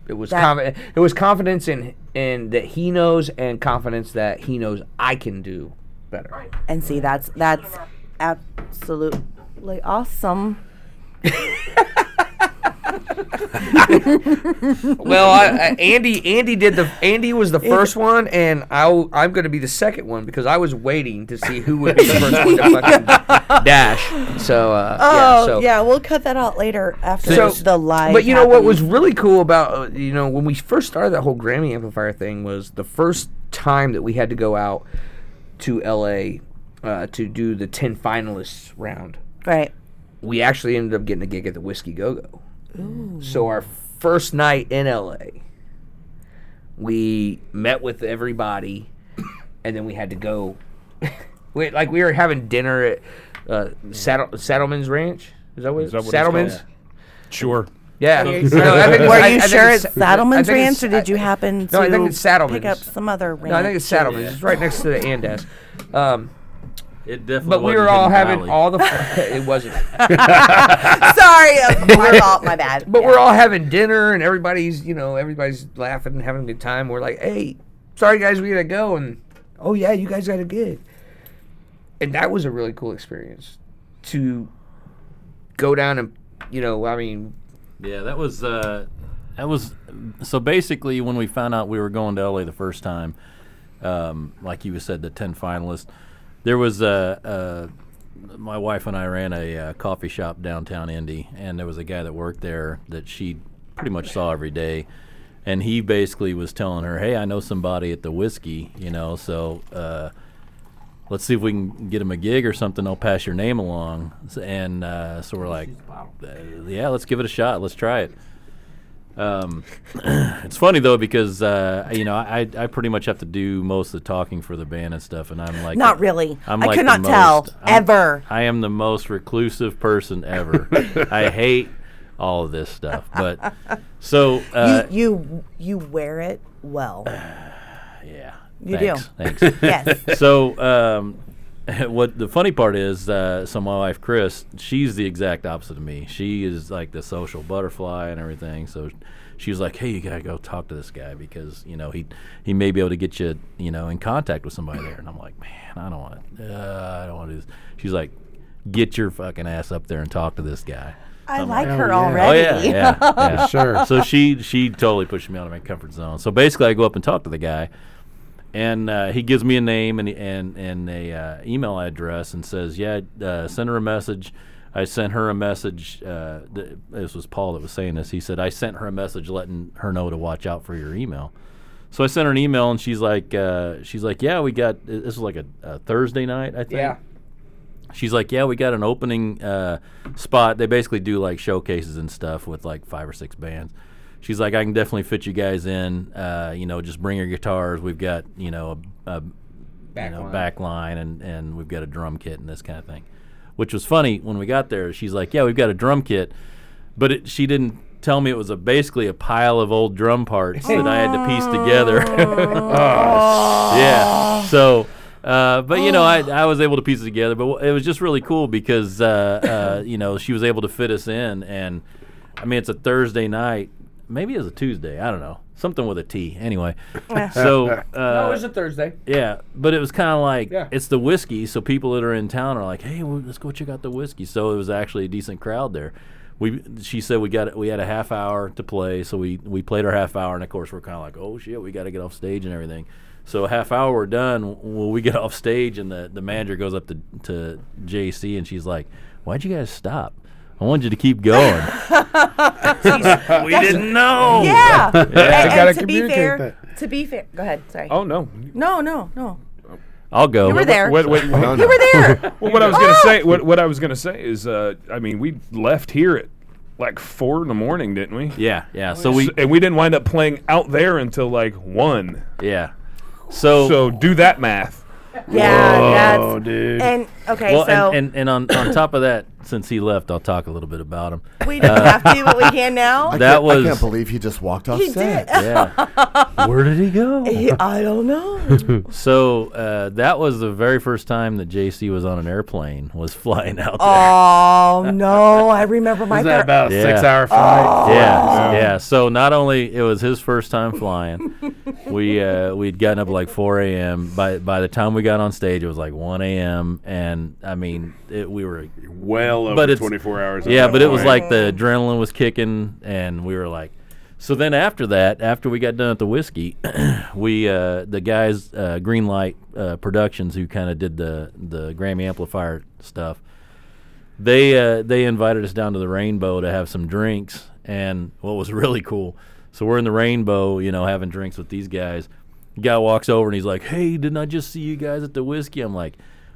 It was
That-
confidence. It was confidence in in that he knows, and confidence that he knows I can do better.
and see, that's that's absolutely awesome.
Well, I, I, Andy Andy did the Andy was the first one, and I I'm going to be the second one because I was waiting to see who would be the first one to fucking dash. So uh,
Oh,
yeah, so
we'll cut that out later after
So-
live.
But you know what
happened.
was really cool about uh, you know when we first started that whole Grammy amplifier thing was the first time that we had to go out to LA uh, to do the ten finalists round.
right?
We actually ended up getting a gig at the Whiskey Go Go. So our first night in LA, we met with everybody, and then we had to go. we, like we were having dinner at uh, Saddle, Saddleman's Ranch. Is that what,
Is that what it's called?
Saddleman's?
Sure.
Yeah. No, I think it's-
Were
I- I
you
think
sure
it's-
it's Saddleman's
I think
Ranch,
it's-
or did you
I-
happen to
No, I think it's
pick
Saddleman's.
up some other ranch?
No, I think it's Saddleman's. It's right next to the Andes. Um,
It definitely.
but we
wasn't
were all
Hidden
having
Valley.
all the. it wasn't.
Sorry, uh, my fault, my bad.
But we're all having dinner and everybody's, you know, everybody's laughing and having a good time. We're like, hey, sorry guys, we gotta go. And oh yeah, you guys got a gig. And that was a really cool experience to go down and, you know, I mean,
Yeah, that was uh, that was so basically when we found out we were going to LA the first time, um, like you said, the ten finalists. There was a, a my wife and I ran a, uh coffee shop downtown Indy, and there was a guy that worked there that she pretty much saw every day. And he basically was telling her, "Hey, I know somebody at the whiskey, you know, so uh, let's see if we can get him a gig or something. They'll pass your name along." S- And uh, so we're like, uh, yeah, let's give it a shot. Let's try it. Um, it's funny though because uh, you know I, I pretty much have to do most of the talking for the band and stuff, and I'm like
Not really.
I'm
I
like
could
the
not tell,
most- I'm-
ever.
I am the most reclusive person ever. I hate all of this stuff, but so uh,
you, you you wear it well.
Uh,
yeah.
You
thanks,
do.
Thanks.
yes.
so um, what the funny part is uh, so my wife chris she's the exact opposite of me she is like the social butterfly and everything so she was like hey you gotta go talk to this guy because you know he he may be able to get you you know in contact with somebody there and i'm like man i don't want to uh, i don't want to do this she's like get your fucking ass up there and talk to this guy
I
I'm
like
"Oh,
her
yeah."
already.
Oh yeah, yeah, yeah.
Sure.
So she she totally pushed me out of my comfort zone. So basically, I go up and talk to the guy, and uh, he gives me a name and and and a uh, email address and says, "Yeah, uh, send her a message." I sent her a message. Uh, th- this was Paul that was saying this. He said, "I sent her a message letting her know to watch out for your email." So I sent her an email, and she's like, uh, "She's like, yeah, we got this was like a, a Thursday night, I think."
Yeah.
she's like, "Yeah, we got an opening uh, spot. They basically do like showcases and stuff with like five or six bands." She's like, "I can definitely fit you guys in. Uh, you know, just bring your guitars. We've got you know a, a
Back
you know,
line.
back line and and we've got a drum kit and this kind of thing." Which was funny when we got there. She's like, "Yeah, we've got a drum kit," but it, she didn't tell me it was a basically a pile of old drum parts that I had to piece together. yeah. So, uh, but you know, I, I was able to piece it together. But w- it was just really cool because uh, uh, you know she was able to fit us in, and I mean it's a Thursday night, maybe it's a Tuesday, I don't know, something with a T. Anyway, so uh,
No, it was a Thursday.
yeah, but it was kind of like
Yeah.
it's the whiskey, so people that are in town are like, "Hey, well, let's go check out the whiskey." So it was actually a decent crowd there. We she said we got we had a half hour to play, so we we played our half hour, and of course we're kind of like, "Oh shit, we got to get off stage and everything." So a half hour we're done. Well, we get off stage, and the the manager goes up to to JC, and she's like, "Why'd you guys stop?" I wanted you to keep going. we didn't know.
Yeah. And- and
gotta
to be
communicate
fair,
that.
to be fair, go ahead. Sorry.
Oh no.
No, no, no.
I'll go.
You were there.
Wait, wait, wait.
No,
You
no.
were there. Oh.
Well, what I was gonna say, what, what I was gonna say is, uh, I mean, we left here at like four in the morning, didn't we?
Yeah, yeah. So
We
we,
and we didn't wind up playing out there until like one.
yeah.
So do that math.
yeah,
Oh,
that's.
dude.
And okay,
Well,
so
and, and, and on, on top of that, since he left, I'll talk a little bit about him.
we don't have to, but we can now.
That
can't-
was-
I can't believe he just walked off
He
set.
did.
Yeah. Where did he go?
I don't know.
So uh, that was the very first time that JC was on an airplane, was flying out there.
Oh no, I remember my.
Is that
fir-
about
Yeah.
a six hour
Ah.
flight?
Yeah, yeah. So not only it was his first time flying, we uh, we'd gotten up at like 4 a.m. By by the time we got on stage, it was like 1 a.m. And I mean, it, we were
Well over
But it's-
24 hours. at
Yeah,
that
but it was
point.
like the adrenaline was kicking, and we were like, so then after that, after we got done at the whiskey, we uh, the guys uh, Greenlight uh, Productions who kind of did the the Grammy amplifier stuff, they uh, they invited us down to the Rainbow to have some drinks, and what was really cool. So we're in the Rainbow, you know, having drinks with these guys. Guy walks over and he's like, "Hey, didn't I just see you guys at the whiskey?" I'm like,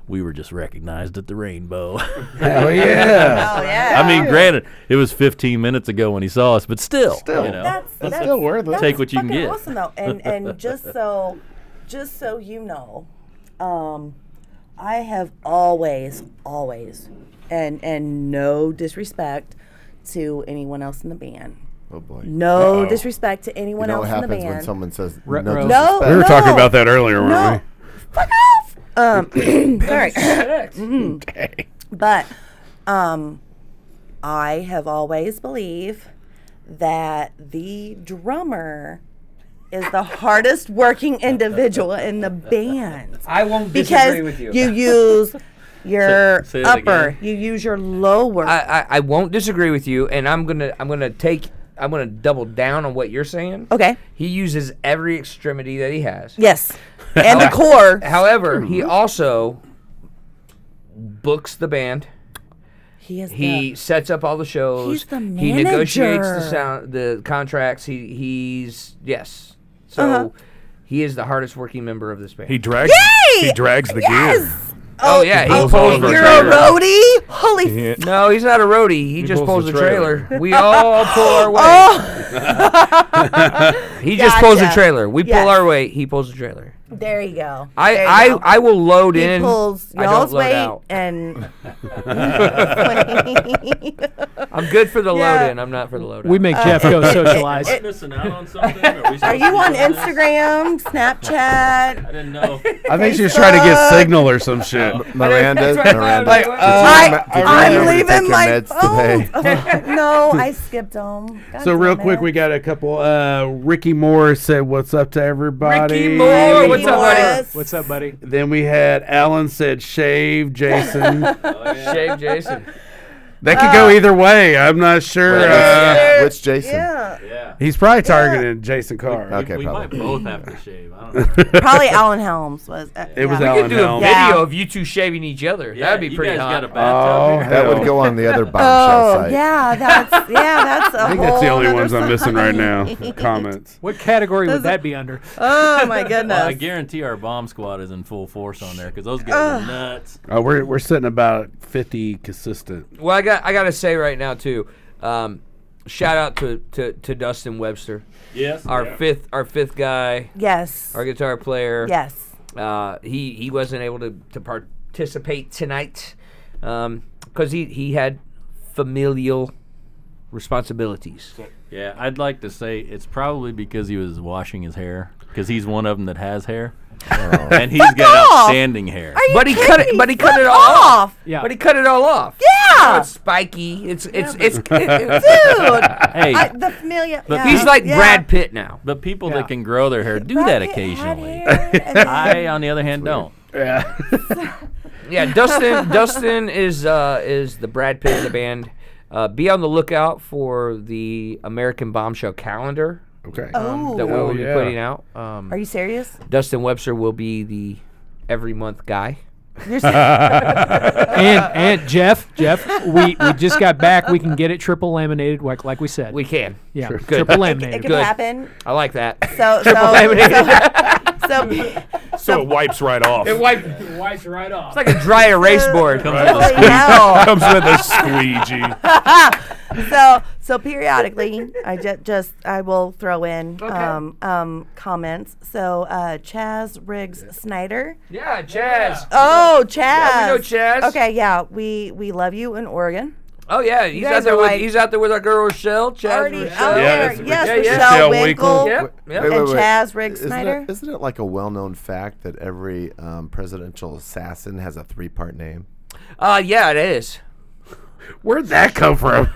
"We were just recognized at the Rainbow."
Hell yeah.
Oh yeah.
I mean, granted, it was 15 minutes ago when he saw us, but still, you know,
that's, that's,
still worth it.
that's
Take what you can
fucking
get.
Awesome though, and and just so, just so you know, um, I have always, always, and and no disrespect to anyone else in the band.
Oh boy.
No disrespect to anyone
You know
else
what
in the
happens
band.
when someone says
Retro.
no?
no,
disrespect.
We were
no,
talking about that earlier,
No,
weren't
fuck off. Um, sorry.
we?
But um, I have always believed that the drummer is the hardest working individual in the band
I won't
because
disagree with you.
use your
Say- say that
upper,
again.
you use your lower.
I, I, I won't disagree with you, and I'm gonna I'm gonna take I'm gonna double down on what you're saying.
okay.
He uses every extremity that he has.
Yes. And the core.
However, he
Hmm.
also books the band.
He is.
He
the-
sets up all the shows.
He's the
He negotiates the
manager.
sound, the contracts. He he's yes.
Uh-huh.
So he is the hardest working member of this band.
He drags. He drags the
yes!
gear.
Oh, yeah, he
pulls
pulls
over
the
You're a
trailer.
roadie? Holy f-
Yeah.
No, he's not a roadie. He, just
pulls
pulls
the
the
trailer.
trailer. We all pull our weight.
Oh!
he just pulls the
Gotcha.
trailer. We
Yes.
pull our weight. He pulls the trailer.
There you go.
I
There you
I,
go.
I will load
He
in.
pulls
I don't
y'all's
load
weight
out.
and.
I'm good for the
Yeah.
load in. I'm not for the load out.
We make Jeff go socialize.
Am I missing out on something? Are, we
Are
supposed to
you
be doing
on
this?
Instagram, Snapchat?
I didn't know.
I think she was trying to get signal or some shit.
Miranda,
That's what I thought.
Miranda.
Like,
uh,
did you remem-
I-
did you
I'm
remember to take
leaving
your
my
meds
phone. Oh,
today?
no, I skipped them.
So real quick, we got a couple. Uh, Ricky Moore said, "What's up to everybody?"
Ricky Moore, what's up, buddy?
Morris.
What's up, buddy?
Then we had Alan said, "Shave Jason."
Shave Jason.
that could
Uh,
go either way. I'm not sure. Uh,
Twitter.
Which Jason?
Yeah,
Yeah.
he's probably targeting Jason Carr.
Okay,
we
probably.
might both have to shave. I don't know.
probably Alan Helms was. uh,
It was
yeah.
Alan
Do a
Helms.
Yeah.
video of you two shaving each other.
Yeah,
That'd be
you
pretty
guys got a
hot.
Oh,
bathtub.
That would
hell.
go on the other bombshell
Oh
site.
yeah, that's yeah, that's. I
I think that's the only ones I'm missing right now. Comments.
What category would
Those are-
that be under?
Oh my
Well, I
goodness.
guarantee our bomb squad is in full force on there because those guys are nuts.
Uh, we're we're sitting about 50 consistent.
Well, I got I gotta say right now too. Um, shout out to, to, to Dustin Webster,
Yes.
our
yeah.
fifth our fifth guy,
Yes.
our guitar player.
Yes.
Uh, he he wasn't able to, to participate tonight because he he had familial responsibilities.
Yeah.
I'd like to say it's probably because he was washing his hair because he's one of them that has hair,
Oh.
and he's got
off!
outstanding hair.
Are you
But he
kidding
cut it.
me?
But he cut it
Fuck
all off.
off.
Yeah.
But he cut it all off. Oh,
Yeah.
It's spiky. It's it's it's.
Dude,
it's-
hey,
I, the familiar. yeah,
he's like
yeah.
Brad Pitt now.
but people
Yeah.
that can grow their hair do
Brad
that
Pitt had
occasionally.
hair, and then-
I, on the other hand, don't.
Yeah, Dustin. Dustin is uh, is the Brad Pitt of the band. Uh, be on the lookout for the American Bombshell calendar
Okay.
Ooh.
that
Oh,
we'll
yeah.
be putting out. Um,
Are you serious?
Dustin Webster will be the every month guy.
You're serious? uh.
and and Jeff, Jeff, we, we just got back. We can get it triple laminated, like like we said.
We can.
yeah,
Good.
triple
it
laminated.
could
Good.
happen.
I like that.
So so so, so
So it wipes right off. It
Wipe- it's
Wipes right off.
like a dry erase board.
holy hell.
comes with a squeegee.
so so periodically i ju- just i will throw in um, um, comments so uh, chaz riggs snyder
Yeah, jazz.
oh chaz
we know Chaz.
okay yeah we we love you in oregon
Oh yeah, he's
guys
out there
are
with
like-
he's out there with our girl Rochelle. Chaz
already
Rochelle.
out
Yeah,
Oh, there
it's-
yes
yeah, yeah.
Rochelle
Rochelle
winkle,
Winkle.
Yep. Yep.
Wait, wait,
and
wait.
chaz riggs
Isn't
snyder
it, isn't it like a well-known fact that every um, presidential assassin has a three-part name?
Uh, yeah, it is.
Where'd that come from?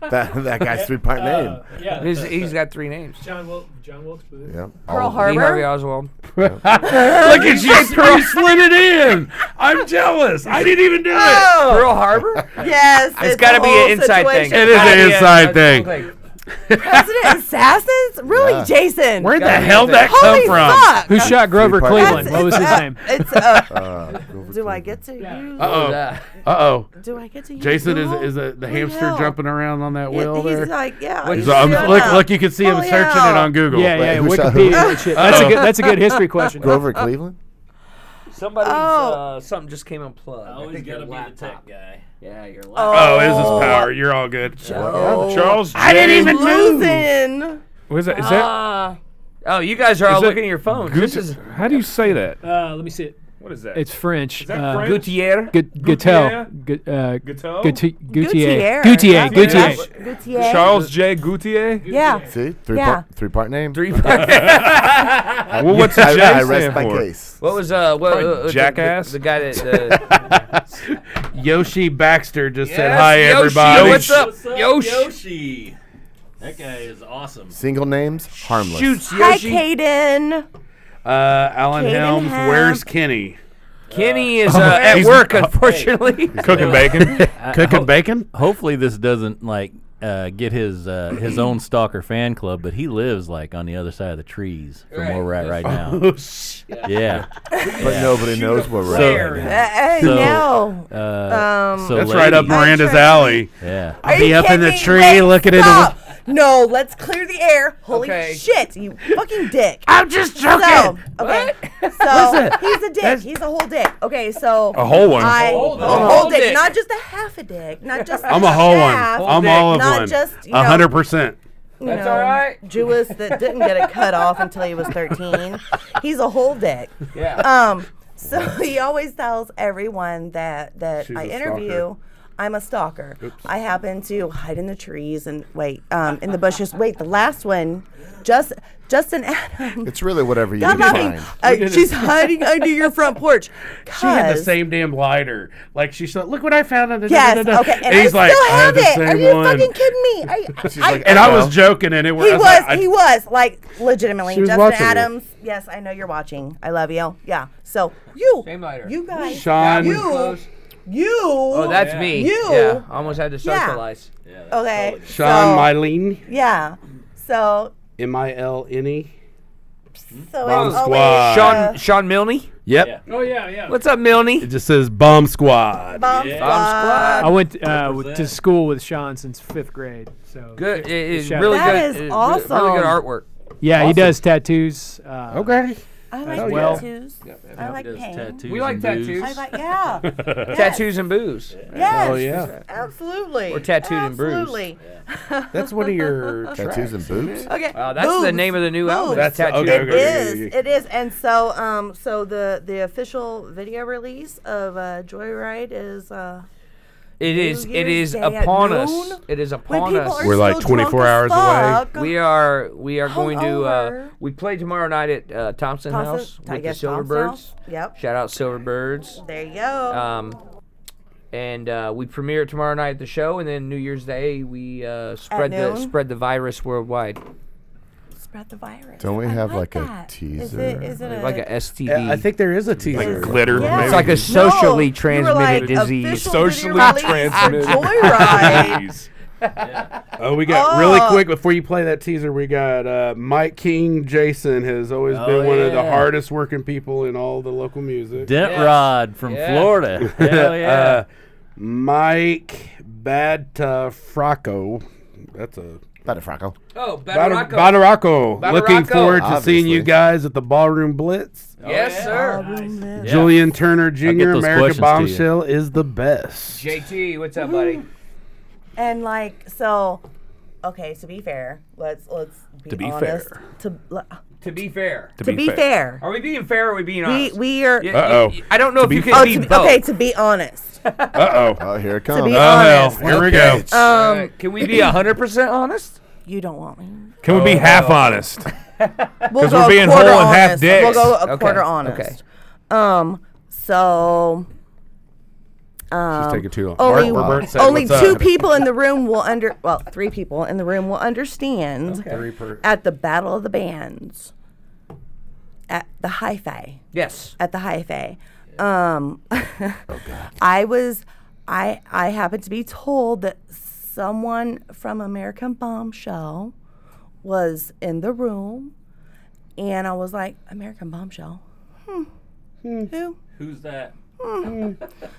That that guy's three-part
Uh,
name.
Yeah,
He's, he's got three names.
John Wil- John Wilkes Booth.
Yeah.
pearl
Lee Harvey
harbor
Oswald.
Look at you, you slid it in. I'm jealous. I didn't even do it.
Oh.
Pearl Harbor.
yes
It's
a
got to be
whole
an inside
situation.
thing.
It is
Gotta
an
be a-
inside
a-
thing.
okay.
president assassins really
Yeah.
jason
Where'd the
Gotta be
hell
a
that
thing.
come
holy
from?
fuck
Who shot Grover
Three-part
Cleveland?
laminated.
What was his
uh,
name?
it's uh,
Uh,
do i get to use
Uh oh. Uh oh.
do i get to use
Jason is
Google?
is a, the hamster
hell?
jumping around on that
Yeah,
wheel
he's
there.
like, yeah.
He's
he's Oh,
like, I'm-
doing
look,
that.
look, you can see him
Holy
searching it
hell.
on Google.
Yeah, yeah,
who shot
Wikipedia.
who?
and shit. That's a good. That's a good history question.
Grover
Uh,
Cleveland?
Somebody's
Oh.
uh, something just came unplugged.
I
I
always
think
got
your
to be the
laptop.
tech guy.
Yeah, your
Oh,
Oh,
laptop.
is his power? You're all good.
uh,
Charles.
I didn't even
move.
losing.
What is that? Is that
Ah. oh, you guys are all
that
looking at your phones. Oh, This is
Guti- How do you say that?
Uh, let me see it.
What is that?
It's French.
that
uh,
French?
Gutierrez.
Gu- Gutel.
Gutierre?
Gu- uh,
Guteau?
Guti-
Gutierre.
Gutier. Gutier.
That's-
Gutier.
that's- Gutier.
Charles J. Gutier?
Yeah.
See, three
Yeah.
part three part name.
Three. what
Well, what's the
I,
J
I
stand
rest my
for?
case.
was uh? What,
Probably
uh, the-
jackass.
The, the guy that. Uh,
Yoshi Baxter just said
Yes,
hi,
Yoshi,
everybody.
What's up,
What's up,
Yosh?
Yoshi? That guy is awesome.
Single names harmless.
Shoots
Hi,
Yoshi.
Caden.
Uh, Alan
Caden
Helms,
Helm.
where's Kenny?
Kenny is uh, at
he's-
work, unfortunately.
Uh,
Cooking bacon.
Cooking bacon?
Hopefully, this doesn't like uh, get his uh, his own stalker fan club, but he lives like on the other side of the trees from where we're at right now.
Oh, shit.
yeah.
But nobody knows where we're
So-
at.
Uh,
right now.
So-
no.
Uh,
Um,
so
That's right up
ladies-
Miranda's
trying-
alley.
Yeah.
Are
Be
you
up in the
kidding?
tree
Wait,
looking into
stop. No, let's clear the air. Holy
Okay.
shit, you fucking dick.
I'm just joking.
So, okay. So
Listen,
he's a dick. He's a whole dick. Okay, so
A whole one.
I,
A
a whole dick. not just a half a dick, not just.
I'm a whole one.
half,
I'm all of
not
one.
just, you know,
A hundred percent.
you
That's
know,
all right.
Jewess that didn't get it cut off until he was 13. He's a whole dick.
Yeah.
Um, so he always tells everyone that that
She's
I
a
interview.
stalker.
I'm a stalker. I happen to hide in the trees and wait um, in the bushes. Wait, the last one, just Justin Adams.
It's really whatever you
God
can
loving.
find.
Uh, she's hiding under your front porch.
She had the
'Cause-
same damn lighter. Like she said, look what I found. on the-
Yes.
da- da- da- da."
Okay. And,
And he's
I
like,
still
I had
have
the
it. Are
same
you
one.
fucking kidding me? I, I,
like,
I,
And I was
Well.
joking, and it was.
he
I
was.
like, I-
he was like legitimately.
She was
Justin
watching it.
Adams. Yes, I know you're watching. I love you. Yeah. So you,
Same lighter.
you guys,
Sean.
you, you.
Oh, that's me.
You.
Yeah. I almost had to
Yeah.
socialize.
Yeah, that's
Okay.
totally-
Sean
so,
Mylene.
Yeah. So.
M I L N E.
So
Bomb
it's
squad.
always, uh,
Sean Sean Milne.
Yep.
Yeah. Oh yeah, yeah.
What's up, Milne?
It just says bomb squad.
Bomb
Yeah.
squad.
I went uh, w- to
Represent.
school with Sean since fifth grade. So
Good. It is
Shout
really
out. That
good.
is
it
awesome.
Really, good artwork.
yeah, he does tattoos. Uh,
Okay.
I like
Oh, yeah.
tattoos. I like
Does
pain.
tattoos
We like
and boobs.
tattoos.
I like yeah. yes.
Tattoos and booze.
Yes.
Oh yeah.
Absolutely.
Or tattooed and bruised.
Absolutely.
That's one of your
Tattoos and boobs.
Okay.
Wow, that's the
boobs.
name of the new
Boobs.
album. That's
That's-
tattoo.
It
okay, okay.
is.
okay, okay.
It is. And so, um, so the the official video release of uh, Joyride is uh,
It
New
is. It
Year's
is
Day at
upon us.
noon,
It is
when
upon
people
us.
are
We're like
still
24
drunk as
hours away.
fuck.
We are. We are going to. Uh,
Hungover.
we play tomorrow night at uh, Thompson,
Thompson-
House
I
with the
guess Thompson
Silverbirds.
House. Yep.
Shout out Silverbirds.
There you go.
Um, and uh, we premiere it tomorrow night at the show, and then New Year's Day we uh, spread the
noon?
spread the virus worldwide,
Spread the virus.
Don't we
I
have, like, a
that. Is
teaser?
it? Is it a,
like a STD.
I think there is a teaser.
glitter.
Yeah.
maybe.
it's like a socially transmitted disease.
Socially transmitted.
Joyride.
Jeez.
Oh, we got really
Oh.
quick before you play that teaser. We got uh, Mike King. Jason has always
Oh,
been one of the
yeah.
hardest working people in all the local music.
Dent
Yes.
Rod from
Yeah.
Florida. Hell yeah.
Uh, Mike Badtafrocco. That's a
About a Franco.
oh,
Bada-
Badaracco.
Badaracco.
Badaracco.
Looking forward to seeing
Obviously.
you guys at the Ballroom Blitz.
yes,
Oh,
sir.
Yeah.
Julian Turner Jr.
those
America
questions to you.
Bombshell is the best.
JT, what's up, buddy?
And like so, okay. To be fair, let's let's be
To be
honest.
fair.
To l-
To be fair,
to be fair,
are we being fair? or Are we being
we
honest?
we are.
Y- y-
Uh-oh.
y- I don't know if you can
oh,
be
to be,
both.
okay. To be honest.
Uh oh.
Oh, here it comes.
be
Oh hell,
honest.
here we go.
All right, Can we be hundred percent honest?
You don't want me.
Can we be half honest?
We'll
'Cause
go
we're
a
being
quarter
whole and half
honest.
dicks.
We'll go a
Okay,
quarter
okay.
honest. Um. So
She's taking too long.
only
Mark Robert said,
only
"What's
two
up?"
people in the room will under well three people in the room will understand
Three per-
at the Battle of the Bands at the Hi-Fi.
Yes.
at the Hi-Fi. Um,
Oh,
I was, I, I happened to be told that someone from American Bombshell was in the room, and I was like, American Bombshell, hmm, who?
Who's that?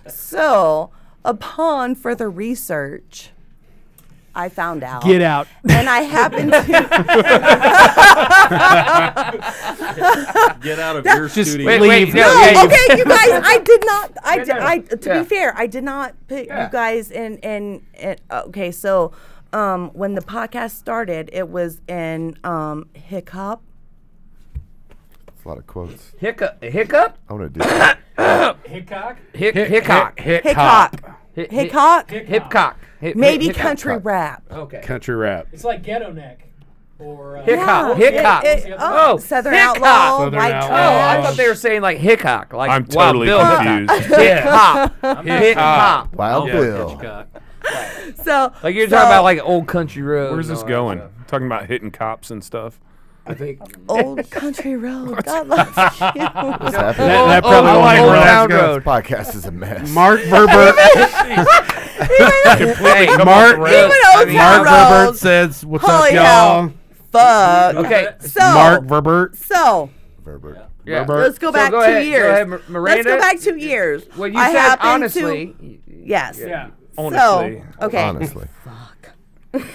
So, upon further research, I found out.
Get out.
And I happened to
Get out of your studio.
Wait,
Leave.
wait, no,
No,
yeah, you-
Oh, okay, you guys, I did not. I, did,
no.
I to
Yeah.
be fair, I did not put
Yeah.
you guys in, in. In uh, okay, so um, when the podcast started, it was in um, hiccup.
That's a lot of quotes.
Hiccup. Hiccup.
I want to do that.
Hickok?
Hic-
Hick-
Hickok.
hick- hick hop.
Hickok.
Hick-
Hickok.
Hipcock. Hip-
Maybe
hip- hiccup.
country rap.
Okay.
Country rap.
It's like ghetto neck, or uh,
Hickok.
Yeah,
Hickok.
it- it- oh,
Oh,
Southern
Hickok.
Outlaw,
Southern
White
Outlaw.
Oh, I
Trash.
thought they were saying like Hickok, like
I'm
Wild
totally
Bill Hickok.
confused.
Hickok. Hickok.
Wild Bill.
Hickok.
so
Like you're
so
talking about like old country road.
Where's
and
this
all
going?
that
Talking about hitting cops and stuff.
I think
old country road. God loves you.
What's happening?
stuff. Old-
that probably
old-
won't
old
work.
town
This
road.
podcast is a mess.
Mark Verbert.
Hey,
Mark,
Even
Old Town
Mark Verbert
Road.
says, "What's
Holy
up, y'all?"
Fuck.
Okay.
So
Mark Verbert.
so
Verbert.
Yeah.
Verbert.
let's go
So
back
go
two
ahead- go
years.
ahead, Mir-
Let's
Miranda.
go back two years.
Well, you
I
said
happened to-
honestly.
Yes.
yeah.
So, okay.
Honestly.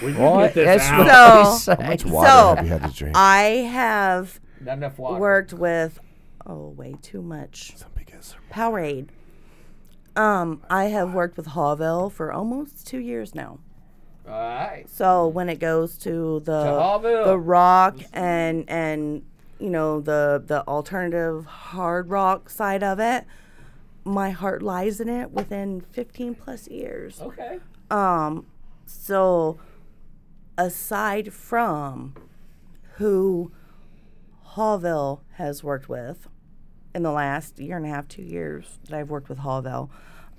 Will you
What?
get this
That's
out?
So,
How much
so uh,
water have you had to drink?
I have
Not enough water.
worked with oh way too much. Powerade. Um, I have worked with Havel for almost two years now.
All right.
So when it goes to the
To Havel.
Uh, the rock and and you know the the alternative hard rock side of it, my heart lies in it within 15 plus years.
Okay.
Um so aside from who Havel has worked with in the last year and a half, 2 years that I've worked with Havel,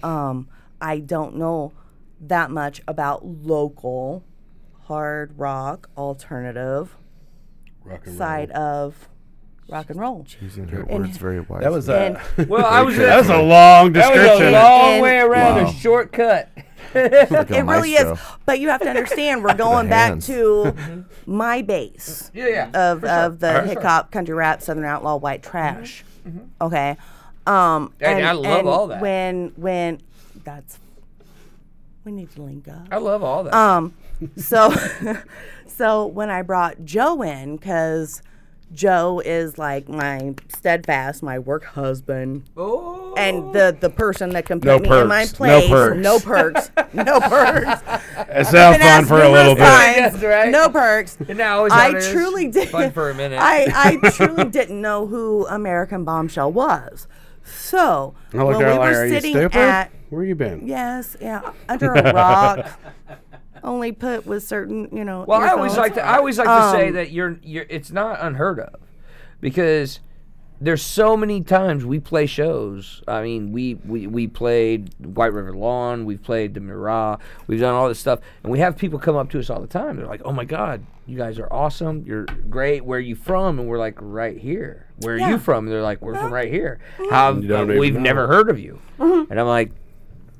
um I don't know that much about local hard rock alternative
Rock and
side of rock and roll.
Using her
And-
words very wisely.
That was
uh,
a
And-
Well, I was.
that was a long
That
description.
was a long
And-
way around.
Wow.
A shortcut.
a
it really is.
maestro.
But you have to understand, we're going back
hands.
to my base
Yeah, yeah.
of, of the hip hop, country rap, southern outlaw, white trash. Okay. Um,
Hey,
and,
Mm-hmm. I love
and
all that.
When when that's we need to link up.
I love all that.
Um, so, so when I brought Joe in, because Joe is like my steadfast, my work husband,
oh.
and the the person that can put
No
me in my
perks, no
place.
perks.
No perks. No perks.
It sounds
Been
fun
asked
for a
numerous
little
times,
bit.
Yes, right.
No perks.
And now it's
I
not as
truly did.
fun for a minute.
I, I truly didn't know who American Bombshell was. So
I looked
when we
at
were
her like, Oh, "Are you
sitting
stupid?
at
Where you been?
Yes, yeah, under a rock. Only put with certain, you know.
Well, I always
earphones.
like to. I always like to say
Um,
that you're you're. It's not unheard of, because there's so many times we play shows. I mean, we we, we played White River Lawn. We've played the Mirah. We've done all this stuff, and we have people come up to us all the time. They're like, "Oh my God, you guys are awesome. You're great. Where are you from?" And we're like, "Right here." Where are
Yeah.
you from? And they're like, "We're from right here." How
You don't
uh, we've
even know.
never heard of you,
Mm-hmm.
and I'm like,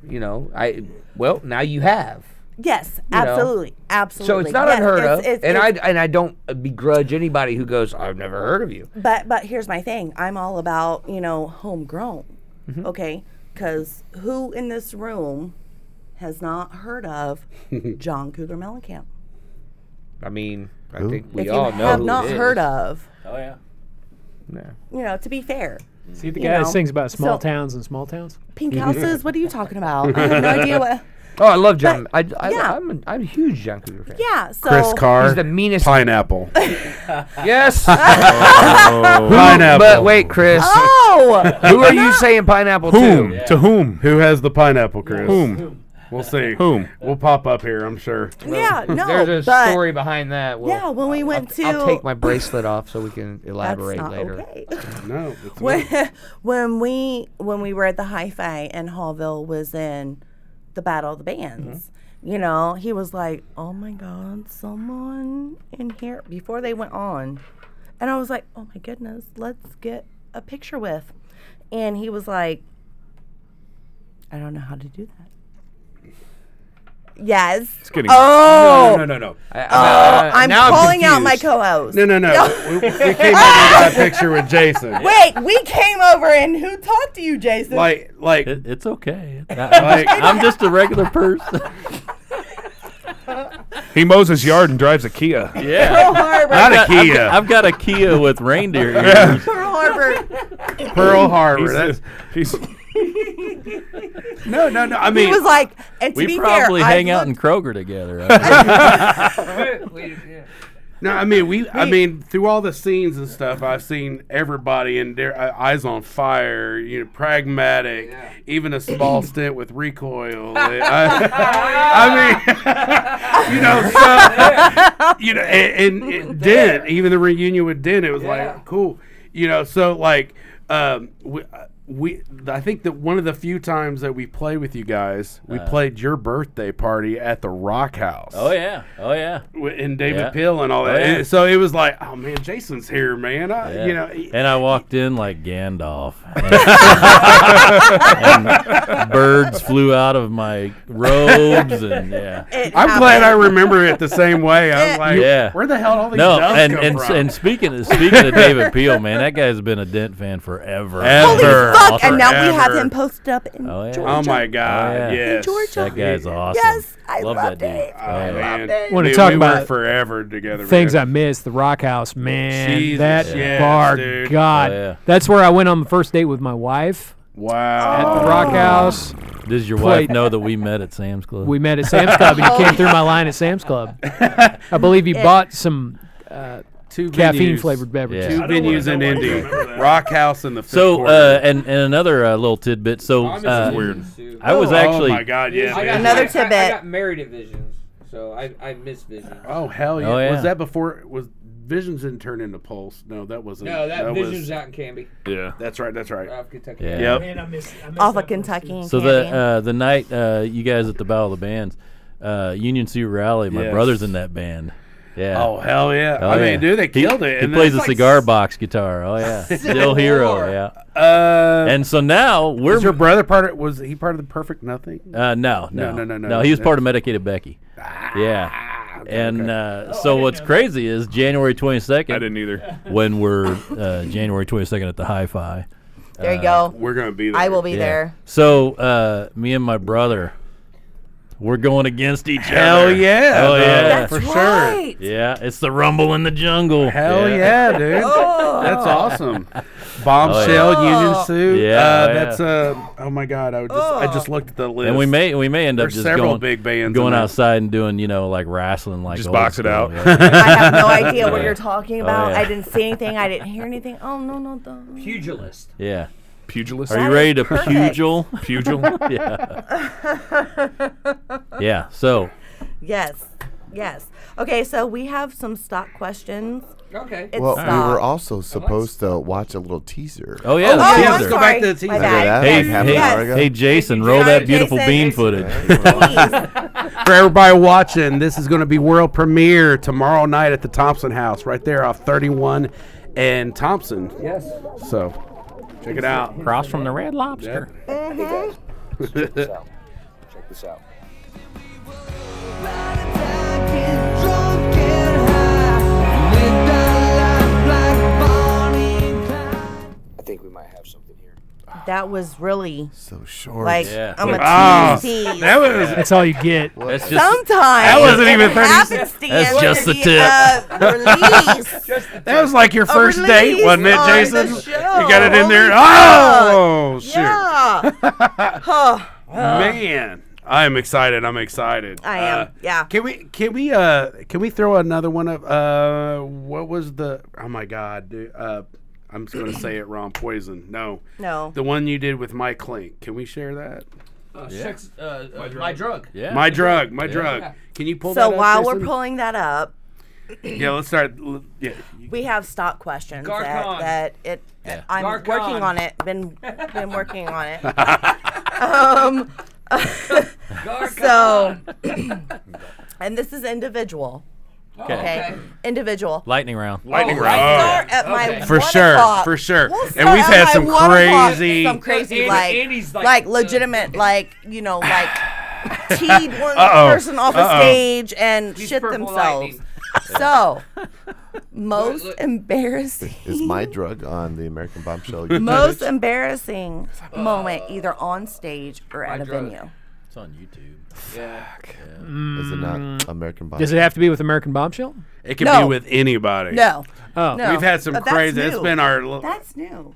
you know, I well now you have.
Yes,
know.
absolutely, absolutely.
So it's not
Yes,
unheard
it's-
of,
it's-
and
it's-
I and I don't begrudge anybody who goes, "I've never heard of you."
But but here's my thing. I'm all about you know homegrown,
Mm-hmm.
okay? Because who in this room has not heard of John Cougar Mellencamp?
I mean, I
Who?
think we
if
all
you
know
have
who
not
it
heard
is.
of,
Oh yeah.
Yeah.
you know, to be fair,
See the
You
guy that
know,
sings about small
so-
towns and small towns.
pink houses. what are you talking about? I have no idea what.
Oh, I love John. I, I,
yeah.
I'm, a, I'm a huge John Cougar fan.
Yeah. So
Chris Carr.
He's the meanest.
Pineapple.
Yes.
pineapple.
but wait, Chris,
Oh.
who are you saying pineapple
Whom?
to?
To whom?
Who has the pineapple, Chris?
Whom?
We'll see.
Whom?
We'll pop up here, I'm sure.
yeah. No.
There's
Oh,
a
but
story behind that. Well,
Yeah, when we went
I'll,
to
I'll take my bracelet off so we can elaborate
that's not
later.
Okay.
No. It's
when, when we when we were at the hi-fi and Hallville was in the Battle of the Bands,
Mm-hmm.
you know, he was like, "Oh my God, someone in here!" Before they went on, and I was like, "Oh my goodness, let's get a picture with," and he was like, "I don't know how to do that." Yes. It's
getting-
oh,
no, no, no, no.
I-
oh, I'm
now
calling out my
confused.
co-host.
No, no, no. we, we came over and got a picture with Jason.
Wait, we came over and who talked to you, Jason?
Like, like,
It, it's okay. I,
Like-
am just a regular person.
He mows his yard and drives a Kia.
yeah.
Pearl Harbor.
not a
I've
Kia.
got, I've got a Kia with reindeer ears.
Pearl Harbor.
Pearl Harbor.
He's,
That's,
he's,
no, no, no. I
He
mean,
was like, and to
We
be
probably
fair,
hang
I've
out in
looked-
Kroger together. I-
no, I mean, we, I mean, through all the scenes and stuff, I've seen everybody in their uh, eyes on fire. You know, pragmatic. Even a small stint with recoil. I, I mean, you know, so you know, and, and, and Dent, even the reunion with Dent, it was like cool. You know, so like um, we, we, I think that one of the few times that we played with you guys, we played your birthday party at the Rock House.
Uh. oh yeah. Oh yeah.
Wi- and David
Yeah.
Peel and all that.
Oh, yeah.
And so it was like, oh man, Jason's here, man. I,
Yeah.
You know, he-
and I walked in like Gandalf. And birds flew out of my robes, and yeah,
It
I'm glad I
happened.
remember it the same way. I was like,
Yeah.
where the hell all these
no,
doves
and
come
and,
from?
and speaking of, speaking of David Peel, man, that guy's been a Dent fan forever.
Ever.
Holy TikTok, and now we have him posted up in
Oh, yeah.
Georgia.
Oh my God!
yeah.
Yes,
Georgia.
That guy's awesome.
Yes, I
love
loved
that dude.
it.
Oh, man.
Wanna
We-
talk
we
about
were forever together.
Things
man.
I missed, the Rock House, man.
Jesus,
that
yes,
bar,
dude.
God,
Oh, yeah.
that's where I went on the first date with my wife at
wow.
the Rock House.
Does your
Play-
wife know that we met at Sam's Club?
We met at Sam's Club, and he came through my line at Sam's Club. I believe he bought some uh,
Two
caffeine
venues.
flavored beverages.
Yeah.
Two
I
venues in Indy, Rock House and the.
so,
Fifth
uh,
Quarter.
and and another uh, little tidbit. So,
I'm
uh,
in
weird.
Visions, too.
I was
Oh,
actually
oh my God, yeah.
I got,
man.
Another
I- I-
tidbit.
I, got married at Visions, so I, I missed Visions.
Oh hell yeah.
Oh, yeah.
Was that before? Was Visions didn't turn into Pulse? No, that wasn't.
No, that,
was-
Visions Uh, out in Canby,
Yeah.
That's right. That's right.
out of Kentucky.
Yeah.
Yep.
Man, I miss, I miss
Off
that place,
of Kentucky.
too.
and
So the
Canadian.
uh, the night uh, you guys at the Battle of the Bands, uh, Union Sioux Rally, my
Yes.
brother's in that band. Yeah.
Oh hell yeah!
Oh,
I
yeah.
mean, dude, they killed it.
He
and
plays a
that's like-
cigar box guitar. Oh yeah, Still Hero.
War.
Yeah.
Uh,
And so now we're
was your brother part of? Was he part of the Perfect Nothing?
uh, no, no,
No, no, no, no,
He was
no. Ah,
part of Medicated Becky. yeah. and
Oh,
Uh, so what's crazy is January twenty
I
second
didn't either.
when we're uh, January twenty second at the Hi-Fi.
there you go.
We're gonna be there.
I will be
Yeah.
there.
So uh, me and my brother, we're going against each
Hell
other.
yeah!
Oh
though.
yeah.
for sure.
Yeah, it's the rumble in the jungle.
Hell yeah, dude!
Oh.
That's awesome. Bombshell Union Suit.
Yeah,
uh,
oh,
that's uh. Oh my God! I would just I
Oh.
just looked at the list.
And we may we may end up
There's
just
several
going,
big bands
going
in there.
outside and doing you know like wrestling like
Just
old
box it
school,
out.
yeah.
I have no idea what you're talking about.
Oh, yeah.
I didn't see anything. I didn't hear anything. Oh no, no, no.
Pugilist.
Yeah.
Pugilist.
Are
That
you
is
ready to
perfect.
pugil?
Pugil.
yeah. yeah. So
Yes, yes. Okay, so we have some stock questions.
Okay.
It's
Well,
stock.
we were also supposed to watch a little teaser.
oh yeah, the
oh,
teaser.
I'm
Let's go
sorry.
back to the
My
teaser.
bad.
that
Hey,
Yes,
half an hour
yes.
ago.
hey Jason, roll that beautiful
Jason,
bean
Jason.
footage.
Please.
For everybody watching, this is going to be world premiere tomorrow night at the Thompson House, right there off 31 and Thompson.
Yes.
So check it out.
Across from the Red Lobster.
Check this out. I think we might have something here.
That was really
So short.
like
Yeah.
I'm a
Ah,
tease.
That was
That's all you get.
That's just
Sometimes that
wasn't even 30
happens to
That's
you
just
to
the
be,
tip.
Uh, release.
that was like your first
release
date, wasn't it,
on
Jason?
the
You
show.
got it in there.
Holy
Oh, shoot.
yeah. Huh.
Man, I am excited. I'm excited.
I am.
Uh,
yeah.
Can we can we uh can we throw another one up? Uh, what was the? Oh my God, dude. Uh, I'm just gonna say it wrong. Poison. No,
No.
the one you did with Mike Clink. Can we share that?
Uh, sex, uh, uh, my, drug. my drug.
Oh,
yeah.
My drug. My drug. Can you pull that?
So
up,
while we're
Jason?
pulling that up,
yeah, let's start. l-
Oh,
Yeah,
we have stock questions
Garcon.
that, that it. that I'm
Garcon.
working on it. Been been working on it. Um,
Garcon.
So, and this is individual.
Okay.
Okay, individual.
Lightning round.
Lightning
Oh,
round.
right.
Start at my
Okay.
for
one
sure,
o'clock.
for sure.
We'll
and
start
we've
at
had
my
some
one o'clock,
crazy.
some crazy,
Andy-
like,
Andy's
like,
like- uh,
legitimate, like you know, like teed one
Uh-oh.
person off a
Uh-oh.
stage and
He's
shit
purple
themselves.
lightning.
So, most
look.
embarrassing.
Is my drug on the American Bombshell? YouTube
most
page?
embarrassing moment either on stage or at a
Uh, drug.
venue.
It's on YouTube.
Is it not American Bombshell?
Does it have to be with American Bombshell?
It can
No.
be with anybody.
No.
Oh.
No.
We've had some
Uh, that's
crazy. It's
new.
been our. l-
That's new.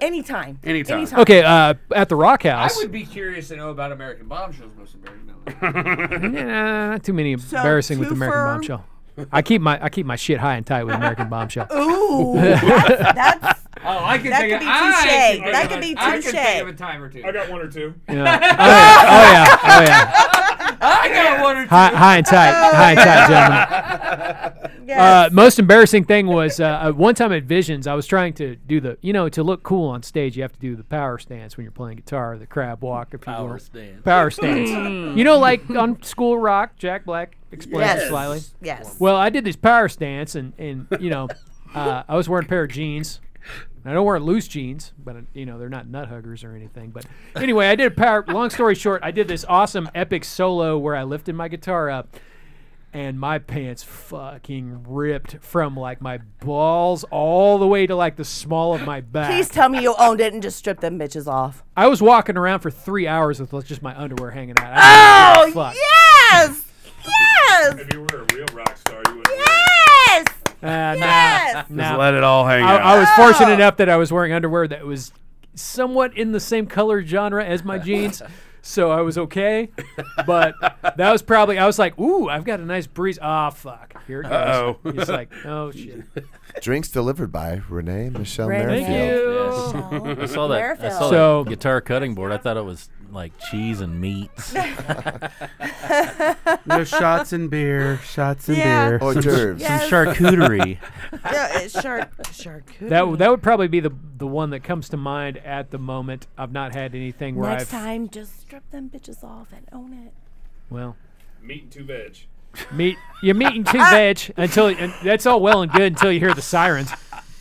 Anytime.
Anytime.
Okay, uh, at the Rock
I
House.
would be curious to know about American Bombshells, most American Bombshells.
Nah, not too many embarrassing with
two
American
for-
Bombshell. I keep my I keep my shit high and tight with American Bombshell.
Ooh. that's, that's
Oh, I can
That
think
could
of,
be
I
touche.
can think
That
of
could
a-
be
I can
touche.
think of a time or two.
I got one or two.
Yeah. Oh yeah. Oh yeah. Oh yeah.
I got one or two.
High, high and tight. High and tight, gentlemen.
yes.
Uh, most embarrassing thing was uh, uh, one time at Visions, I was trying to do the, you know, to look cool on stage, you have to do the power stance when you're playing guitar, the crab walk, if you
Oh.
will.
stance.
Power stance. you know, like on School Rock, Jack Black explained it
Yes.
slightly.
yes.
Well, I did this power stance, and, and you know, uh, I was wearing a pair of jeans. I don't wear loose jeans, but uh, you know they're not nut huggers or anything. But anyway, I did a power. Long story short, I did this awesome epic solo where I lifted my guitar up, and my pants fucking ripped from like my balls all the way to like the small of my back.
Please tell me you owned it and just stripped them bitches off.
I was walking around for three hours with like, just my underwear hanging out.
Ah!
I didn't give a fuck.
Oh, Yes! Yes!
If you were a real rock star, you would.
Yes!
Uh,
Yes!
Nah,
Just let it all hang
I,
out.
I was fortunate enough that I was wearing underwear that was somewhat in the same color genre as my jeans. So I was okay, but that was probably I was like, "Ooh, I've got a nice breeze." Ah, fuck, here it goes.
Uh-oh.
He's like, "Oh shit."
Drinks delivered by Renee Michelle
Renee.
Merrifield.
Oh.
Thank you.
I saw that. I saw
So-
that guitar cutting board. I thought it was like cheese and meats.
no shots and beer, shots and
Yeah.
beer,
Or
Oh,
Some-
germs.
some
Yes.
charcuterie.
Yeah, it's shark charcuterie.
That w- that would probably be the the one that comes to mind at the moment. I've not had anything where
Next
I've
time, just strip them bitches off and own it.
well
Meat and two veg.
meat you're meeting
Ah!
two veg until and that's all well and good until you hear the sirens.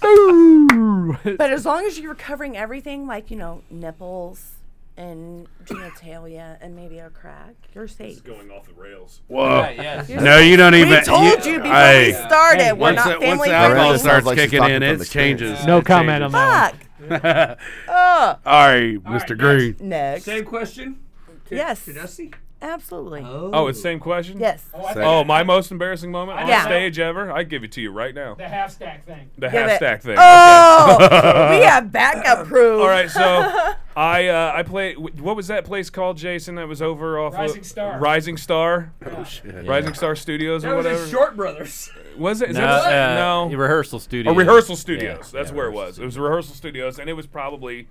But as long as you're covering everything, like you know, nipples and genitalia and maybe a crack, you're safe.
Going off the rails.
Whoa!
Right, yes.
No, you don't even.
We told you before
Hey.
we started,
Hey,
we're
once
not
the- once
family
the alcohol
friendly.
starts
Sounds like she's
kicking
talking
in,
from
it
experience.
changes.
No
It
comment
changes.
on that.
Fuck. Ugh.
All right, Mr. Green.
Next.
Same question? To,
Yes.
To Dusty?
Absolutely.
Oh, it's same question.
Yes.
Oh, my most embarrassing moment on
Yeah.
stage ever? I give it to you right now.
The half stack thing.
The
Give
half
it.
stack thing.
Oh,
Okay.
we have backup crew.
All right, so I uh, I played. What was that place called, Jason? That was over off
Rising
of,
Star.
Rising Star,
Oh, shit.
Rising Star Studios
That
or
was
whatever.
a Short Brothers.
Was it? Is
no,
that-
uh,
no.
rehearsal studio.
Or rehearsal studios. That's where it was. It was rehearsal studios, and it was probably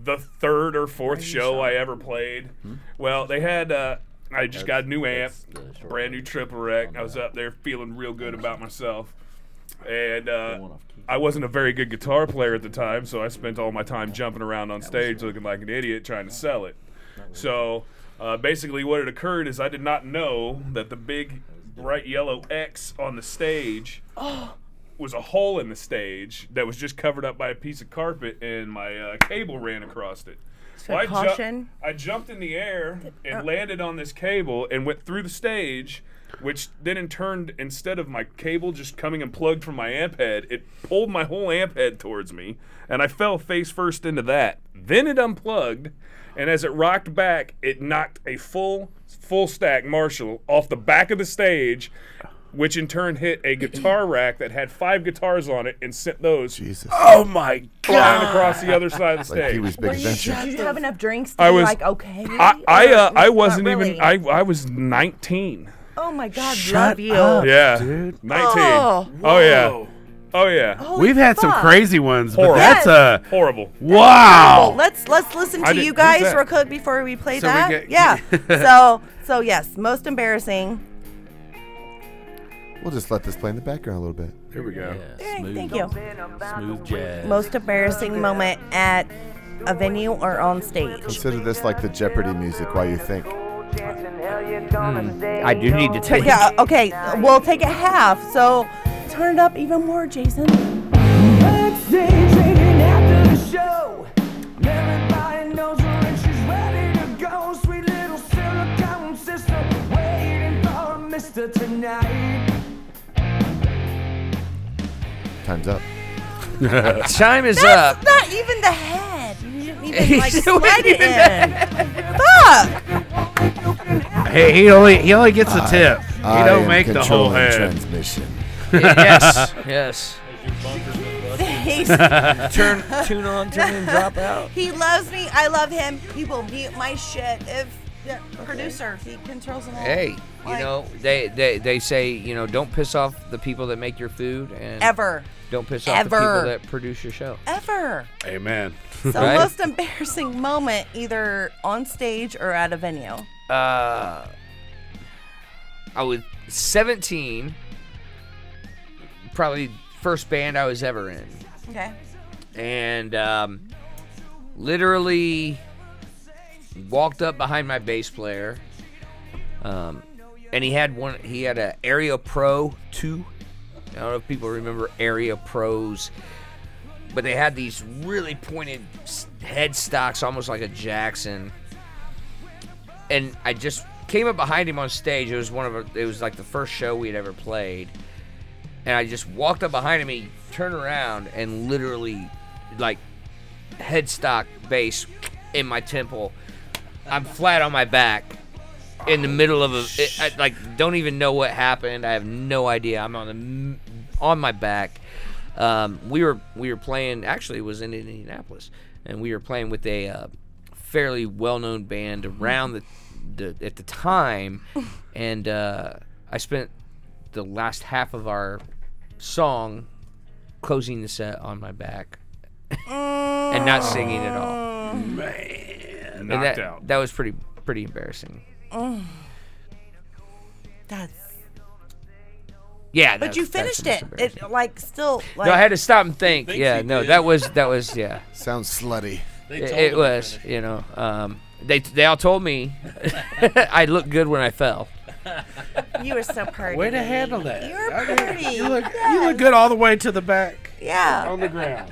the third or fourth show I ever played.
Hmm?
Well, they had. Uh, I just got a new amp, brand new triple rec. I was up there feeling real good about myself, and uh, I wasn't a very good guitar player at the time, so I spent all my time jumping around on stage looking like an idiot trying to sell it. So uh, basically, what had occurred is I did not know that the big bright yellow X on the stage was a hole in the stage that was just covered up by a piece of carpet, and my uh, cable ran across it.
So
I, ju-
caution.
I jumped in the air and landed on this cable and went through the stage, which then in turn, instead of my cable just coming and plugged from my amp head, it pulled my whole amp head towards me, and I fell face first into that. Then it unplugged, and as it rocked back, it knocked a full full stack Marshall off the back of the stage which in turn hit a guitar rack that had five guitars on it and sent those
Jesus.
Oh my
flying
god!
across the other side of the
Like Pee
stage.
Wee's
Oh,
Big Adventure.
Did you have enough drinks to
I
be
was-
like okay?
I I,
Or
uh, I
not
wasn't
really?
even I I was 19.
oh my God, love
Shut
you.
up.
Yeah.
dude.
19.
Oh.
Oh, yeah. Oh yeah.
Holy
We've had some
fuck.
crazy ones, but
Horrible.
that's a
Horrible.
Well,
wow.
let's let's listen
I
to
didn't-
you
who's
guys
that?
real quick before we play
So we
that.
get-
yeah. so so yes, most embarrassing.
We'll just let this play in the background a little bit.
Here we go.
Yeah,
smooth,
thank you.
Smooth jazz.
Most embarrassing moment at a venue or on stage.
Consider this like the Jeopardy music while you think.
I do need to
Check
take.
it out. Okay, we'll take it half. So turn it up even more, Jason.
Time's up.
Time is
That's
up.
not even the head. You didn't even like
It
slide
wasn't
it
even
in. Fuck.
Hey, he only he only gets a tip. He
I
don't
am
make the whole
controlling
head.
transmission.
yes. Yes.
He's,
Turn, tune on, turn and drop out.
he loves me. I love him. He will mute my shit if the producer he controls them all.
Hey, you
Like,
know they, they they say you know don't piss off the people that make your food and
ever,
don't piss off the
Ever.
people that produce your show.
ever.
Amen.
So
Right?
most embarrassing moment either on stage or at a venue.
uh, I was 17. Probably first band I was ever in,
Okay.
and um, literally walked up behind my bass player, um, and he had one. He had a Area Pro two. I don't know if people remember Area Pros, but they had these really pointed s- headstocks, almost like a Jackson and I just came up behind him on stage. It was one of our, it was like the first show we had ever played, and I just walked up behind him. He turned around and literally, like, headstock base in my temple. I'm flat on my back in the middle of a it, I, like don't even know what happened. I have no idea. I'm on the m- on my back. Um, we were we were playing. Actually, it was in Indianapolis, and we were playing with a uh, fairly well-known band around the, the at the time, and uh, I spent the last half of our song closing the set on my back and not singing at all. Man,
Knocked
that,
out.
That was pretty pretty embarrassing.
Mm. That's.
Yeah,
But
that-
you
that's the
finished
most
it.
embarrassing.
It like still. Like,
no, I had to stop and think.
Thinks
Yeah,
he
no,
did.
that was that was yeah.
Sounds slutty.
It, it was, you know. Um, they they all told me I looked good when I fell.
You were so pretty.
Way to handle that.
You're
I mean,
pretty.
You look, you look good all the way to the back.
Yeah.
On the ground.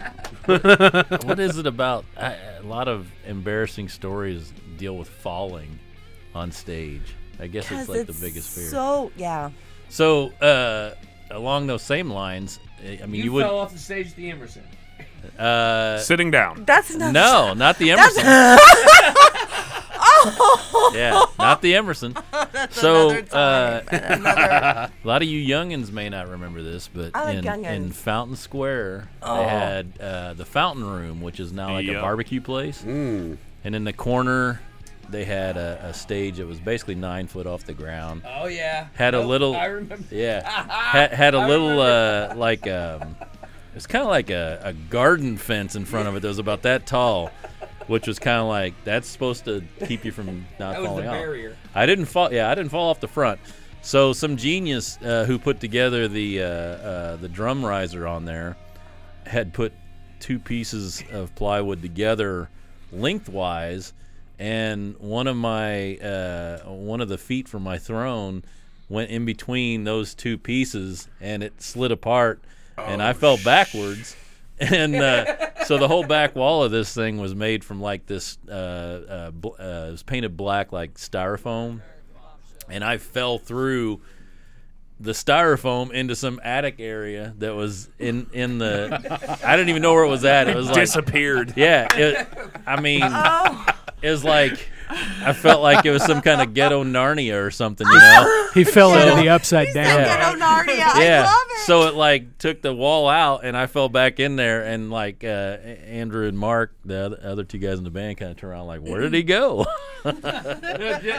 what is it about? I, a lot of embarrassing stories deal with falling on stage. I guess it's
'Cause
like
it's
the biggest fear.
So yeah.
So, uh, along those same lines, I I mean, you, would
fell off the stage at the Emerson.
uh,
Sitting down.
That's not-
no, not the
That's-
Emerson.
oh.
yeah, not the Emerson.
That's
so,
another time,
uh,
another-
a lot of you youngins may not remember this, but
I like
in,
youngins.
in Fountain Square,
Oh.
they had uh, the Fountain Room, which is now like
Yep.
a barbecue place. And in the corner, they had a, a stage that was basically nine foot off the ground.
Oh, yeah.
Had a
Nope,
little.
I remember.
Yeah. had, had a little uh, like um, it's kind of like a, a garden fence in front of it that was about that tall, which was kind of like that's supposed to keep you from not
That was the
falling off.
barrier.
I didn't fall. Yeah, I didn't fall off the front. So some genius uh, who put together the uh, uh, the drum riser on there had put two pieces of plywood together lengthwise, and one of my uh, one of the feet from my throne went in between those two pieces, and it slid apart, and I fell backwards. And uh, so the whole back wall of this thing was made from like this, uh, uh, bl- uh, it was painted black like styrofoam, and I fell through the styrofoam into some attic area that was in in the I didn't even know where it was at. It was like
disappeared.
Yeah, it, I mean,
Oh.
it was like I felt like it was some kind of ghetto Narnia or something. You know,
He fell into the upside down.
ghetto
Narnia.
yeah. So it like took the wall out, and I fell back in there, and like uh, A- Andrew and Mark, the other, other two guys in the band, kind of turned around like, "Where did he go?"
the,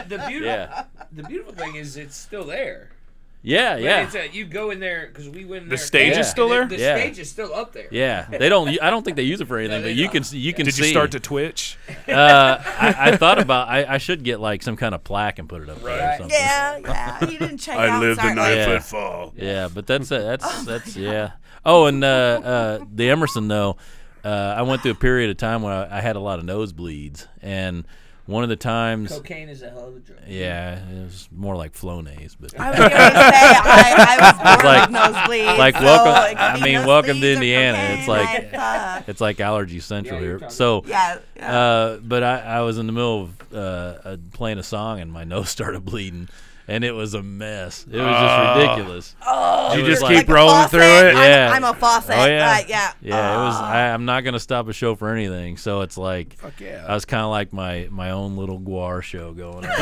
the beautiful
Yeah.
the beautiful thing is it's still there.
yeah,
But
yeah.
It's a, you go in there because we went. In
The
there-
stage is
Yeah.
still there?
The, the
Yeah.
stage is still up there.
Yeah, they don't. I don't think they use it for anything, but you can you can.
Did
see.
you start to twitch?
Uh, I, I thought about I, I should get like some kind of plaque and put it up there. Or something.
Yeah, yeah. You didn't check
I
out.
lived a
sorry.
nine
yeah.
foot fall.
Yeah, but that's uh, that's that's yeah. Oh, and uh, uh, the Emerson though, uh, I went through a period of time when I, I had a lot of nosebleeds, and one of the times,
Cocaine is a hell of a drug.
yeah, it was more like Flonase, but
I was gonna say I, I was
It's
born
like,
with nosebleeds.
like
so it
welcome.
could
I
be
mean, welcome to
nosebleeds or
Indiana.
cocaine.
It's
I
like
thought-
it's like allergy central
Yeah, you're
here.
talking-
So,
uh, Yeah,
Uh, but I, I was in the middle of uh, uh, playing a song and my nose started bleeding, and it was a mess. It was
Ah.
Oh.
just ridiculous.
Oh,
It
You
was
just
like-
keep rolling through it.
I'm- I'm a faucet.
Oh, yeah.
Uh, yeah.
it was. I, I'm not gonna stop a show for anything. So it's like,
yeah.
I was kind of like my my own little guar show going on.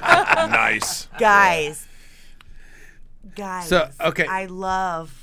nice.
guys. Guys.
So, okay.
I love.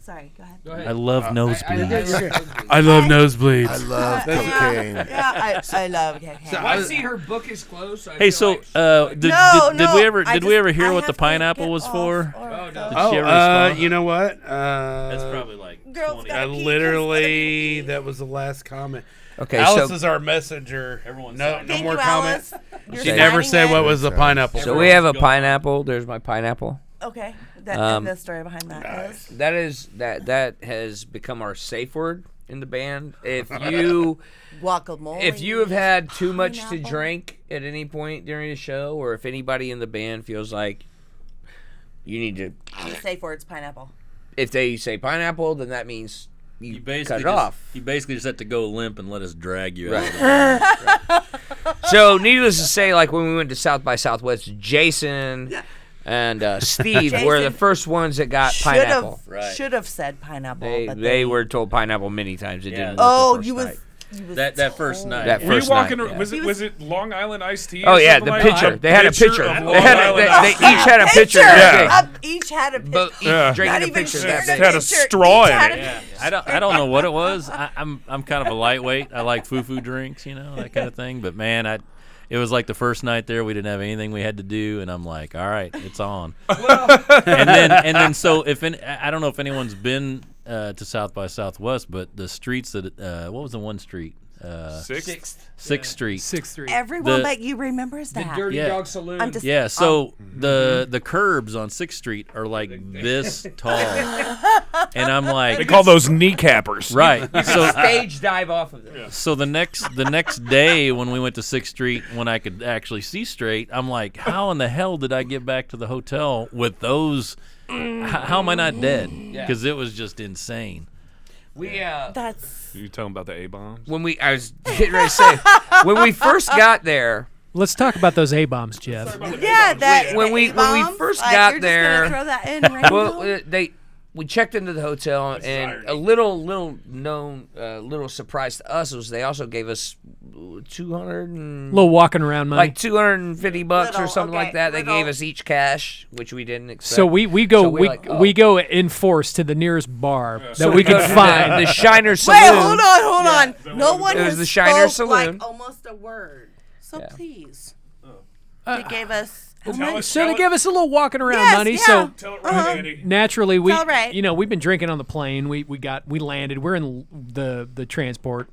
Sorry. Go ahead.
I love nosebleeds.
I love nosebleeds.
I love
Yeah,
cocaine.
Yeah, I, I love cocaine.
So
I see her book is closed. So I
hey,
feel
so
like-
uh, did,
No,
did, did
no,
we ever
I
did we
just-
ever hear
I
what the
have to
pineapple
get
was
off
for?
or
Oh, no.
Did
Oh,
she ever
uh,
respond?
you know what? Uh,
like
Girls 20.
I
gotta pee,
literally, that was the last comment.
Okay,
Alice
so
is our messenger.
Everyone's
no,
signing
no
Thank
more
you,
comments.
Alice. You're
She never
signing
said
it.
what was the pineapple.
so we have a pineapple. There's my pineapple.
Okay. That,
Um,
the story behind that is.
That is that that has become our safe word in the band. If you
Guacamole.
if you have had too much to
Pineapple.
drink at any point during the show, or if anybody in the band feels like you need to
safe words, pineapple.
if they say pineapple, then that means
You
you, cut
basically
it
just,
off.
You basically just have to go limp and let us drag you out. Of the
so needless to say, like when we went to South by Southwest, Jason and uh, Steve were the
Jason
first ones that got
Should
Uh, pineapple.
have should have said pineapple.
They,
but
they were told pineapple many times. It
Yeah.
didn't. work the
oh,
first
you was,
night.
you was
That that
Oh.
first night.
That
Were you
first
walking?
night,
ar-
yeah.
Was it was it Long Island iced tea? or
Oh yeah,
something
the
like that?
picture. They had a picture.
of
They had.
Long
A,
Island
they,
iced
they each
tea.
had a picture.
picture.
that
Yeah.
big.
each had a picture.
But each
Yeah.
drinking
Not
a
even
picture that
shared
big.
It had a straw in it.
Yeah.
I don't, I don't know what it was. I, I'm I'm kind of a lightweight. I like foo foo drinks, you know, that kind of thing. But man, I it was like the first night there, we didn't have anything we had to do, and I'm like, all right, it's on. and then and then so if any, I I don't know if anyone's been uh, to South by Southwest, but the streets that uh, what was the one street? Uh,
Sixth?
Sixth.
Sixth Street.
Sixth Street.
Everyone
The-
but you remembers that.
Dirty
Yeah.
Dog Saloon.
I'm just-
yeah, so the the curbs on Sixth Street are like this tall, and I'm like
They call those kneecappers.
right. So
Stage dive off of this.
so the next the next day when we went to Sixth Street, when I could actually see straight, I'm like, how in the hell did I get back to the hotel with those? h- How am I not dead?
Yeah.
Because it was just insane.
We uh,
That's
You talking about the A bombs?
when we I was getting ready to say when we first got there.
Let's talk about those A bombs, Jeff.
yeah. That
when we- when we
bombs,
first
like,
got
you're
there-
just gonna throw that in. Rainbow?
well, uh, they we checked into the hotel, and a little little known uh, little surprise to us was they also gave us two hundred and
little walking around money.
like two hundred and fifty bucks or
Little,
something like
okay,
that. They gave
little.
us each cash, which we didn't expect.
so we, we go
So we're
we,
like, oh.
we go in force to the nearest bar that
So
we
go
can
to the-
find.
the Shiner Saloon.
Wait, hold on, hold on. No one
It was
has
the Shiner
spoke
Saloon.
like almost a word. So please,
Uh,
they gave us. how much?
us-
so they give us a little walking around
Yes,
money.
yeah.
So
Tell it right, Andy.
naturally we
It's all right.
you know we've been drinking on the plane we we got we landed we're in the the transport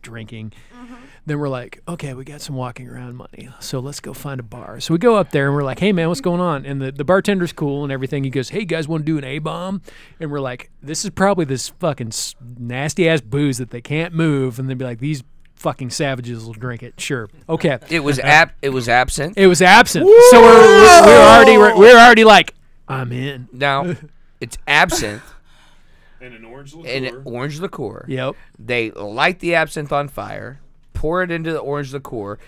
drinking
Mm-hmm.
then we're like okay we got some walking around money so let's go find a bar so we go up there and we're like hey man what's going on and the, the bartender's cool and everything he goes hey you guys want to do an a-bomb and we're like this is probably this fucking s- nasty ass booze that they can't move and they'd be like these fucking savages will drink it sure okay
It was ab- it was absent.
it was absent so we're, we're already we're, we're already like i'm in
now it's absent
And an orange
in
liqueur.
orange liqueur.
yep
They light the absinthe on fire, pour it into the orange liqueur,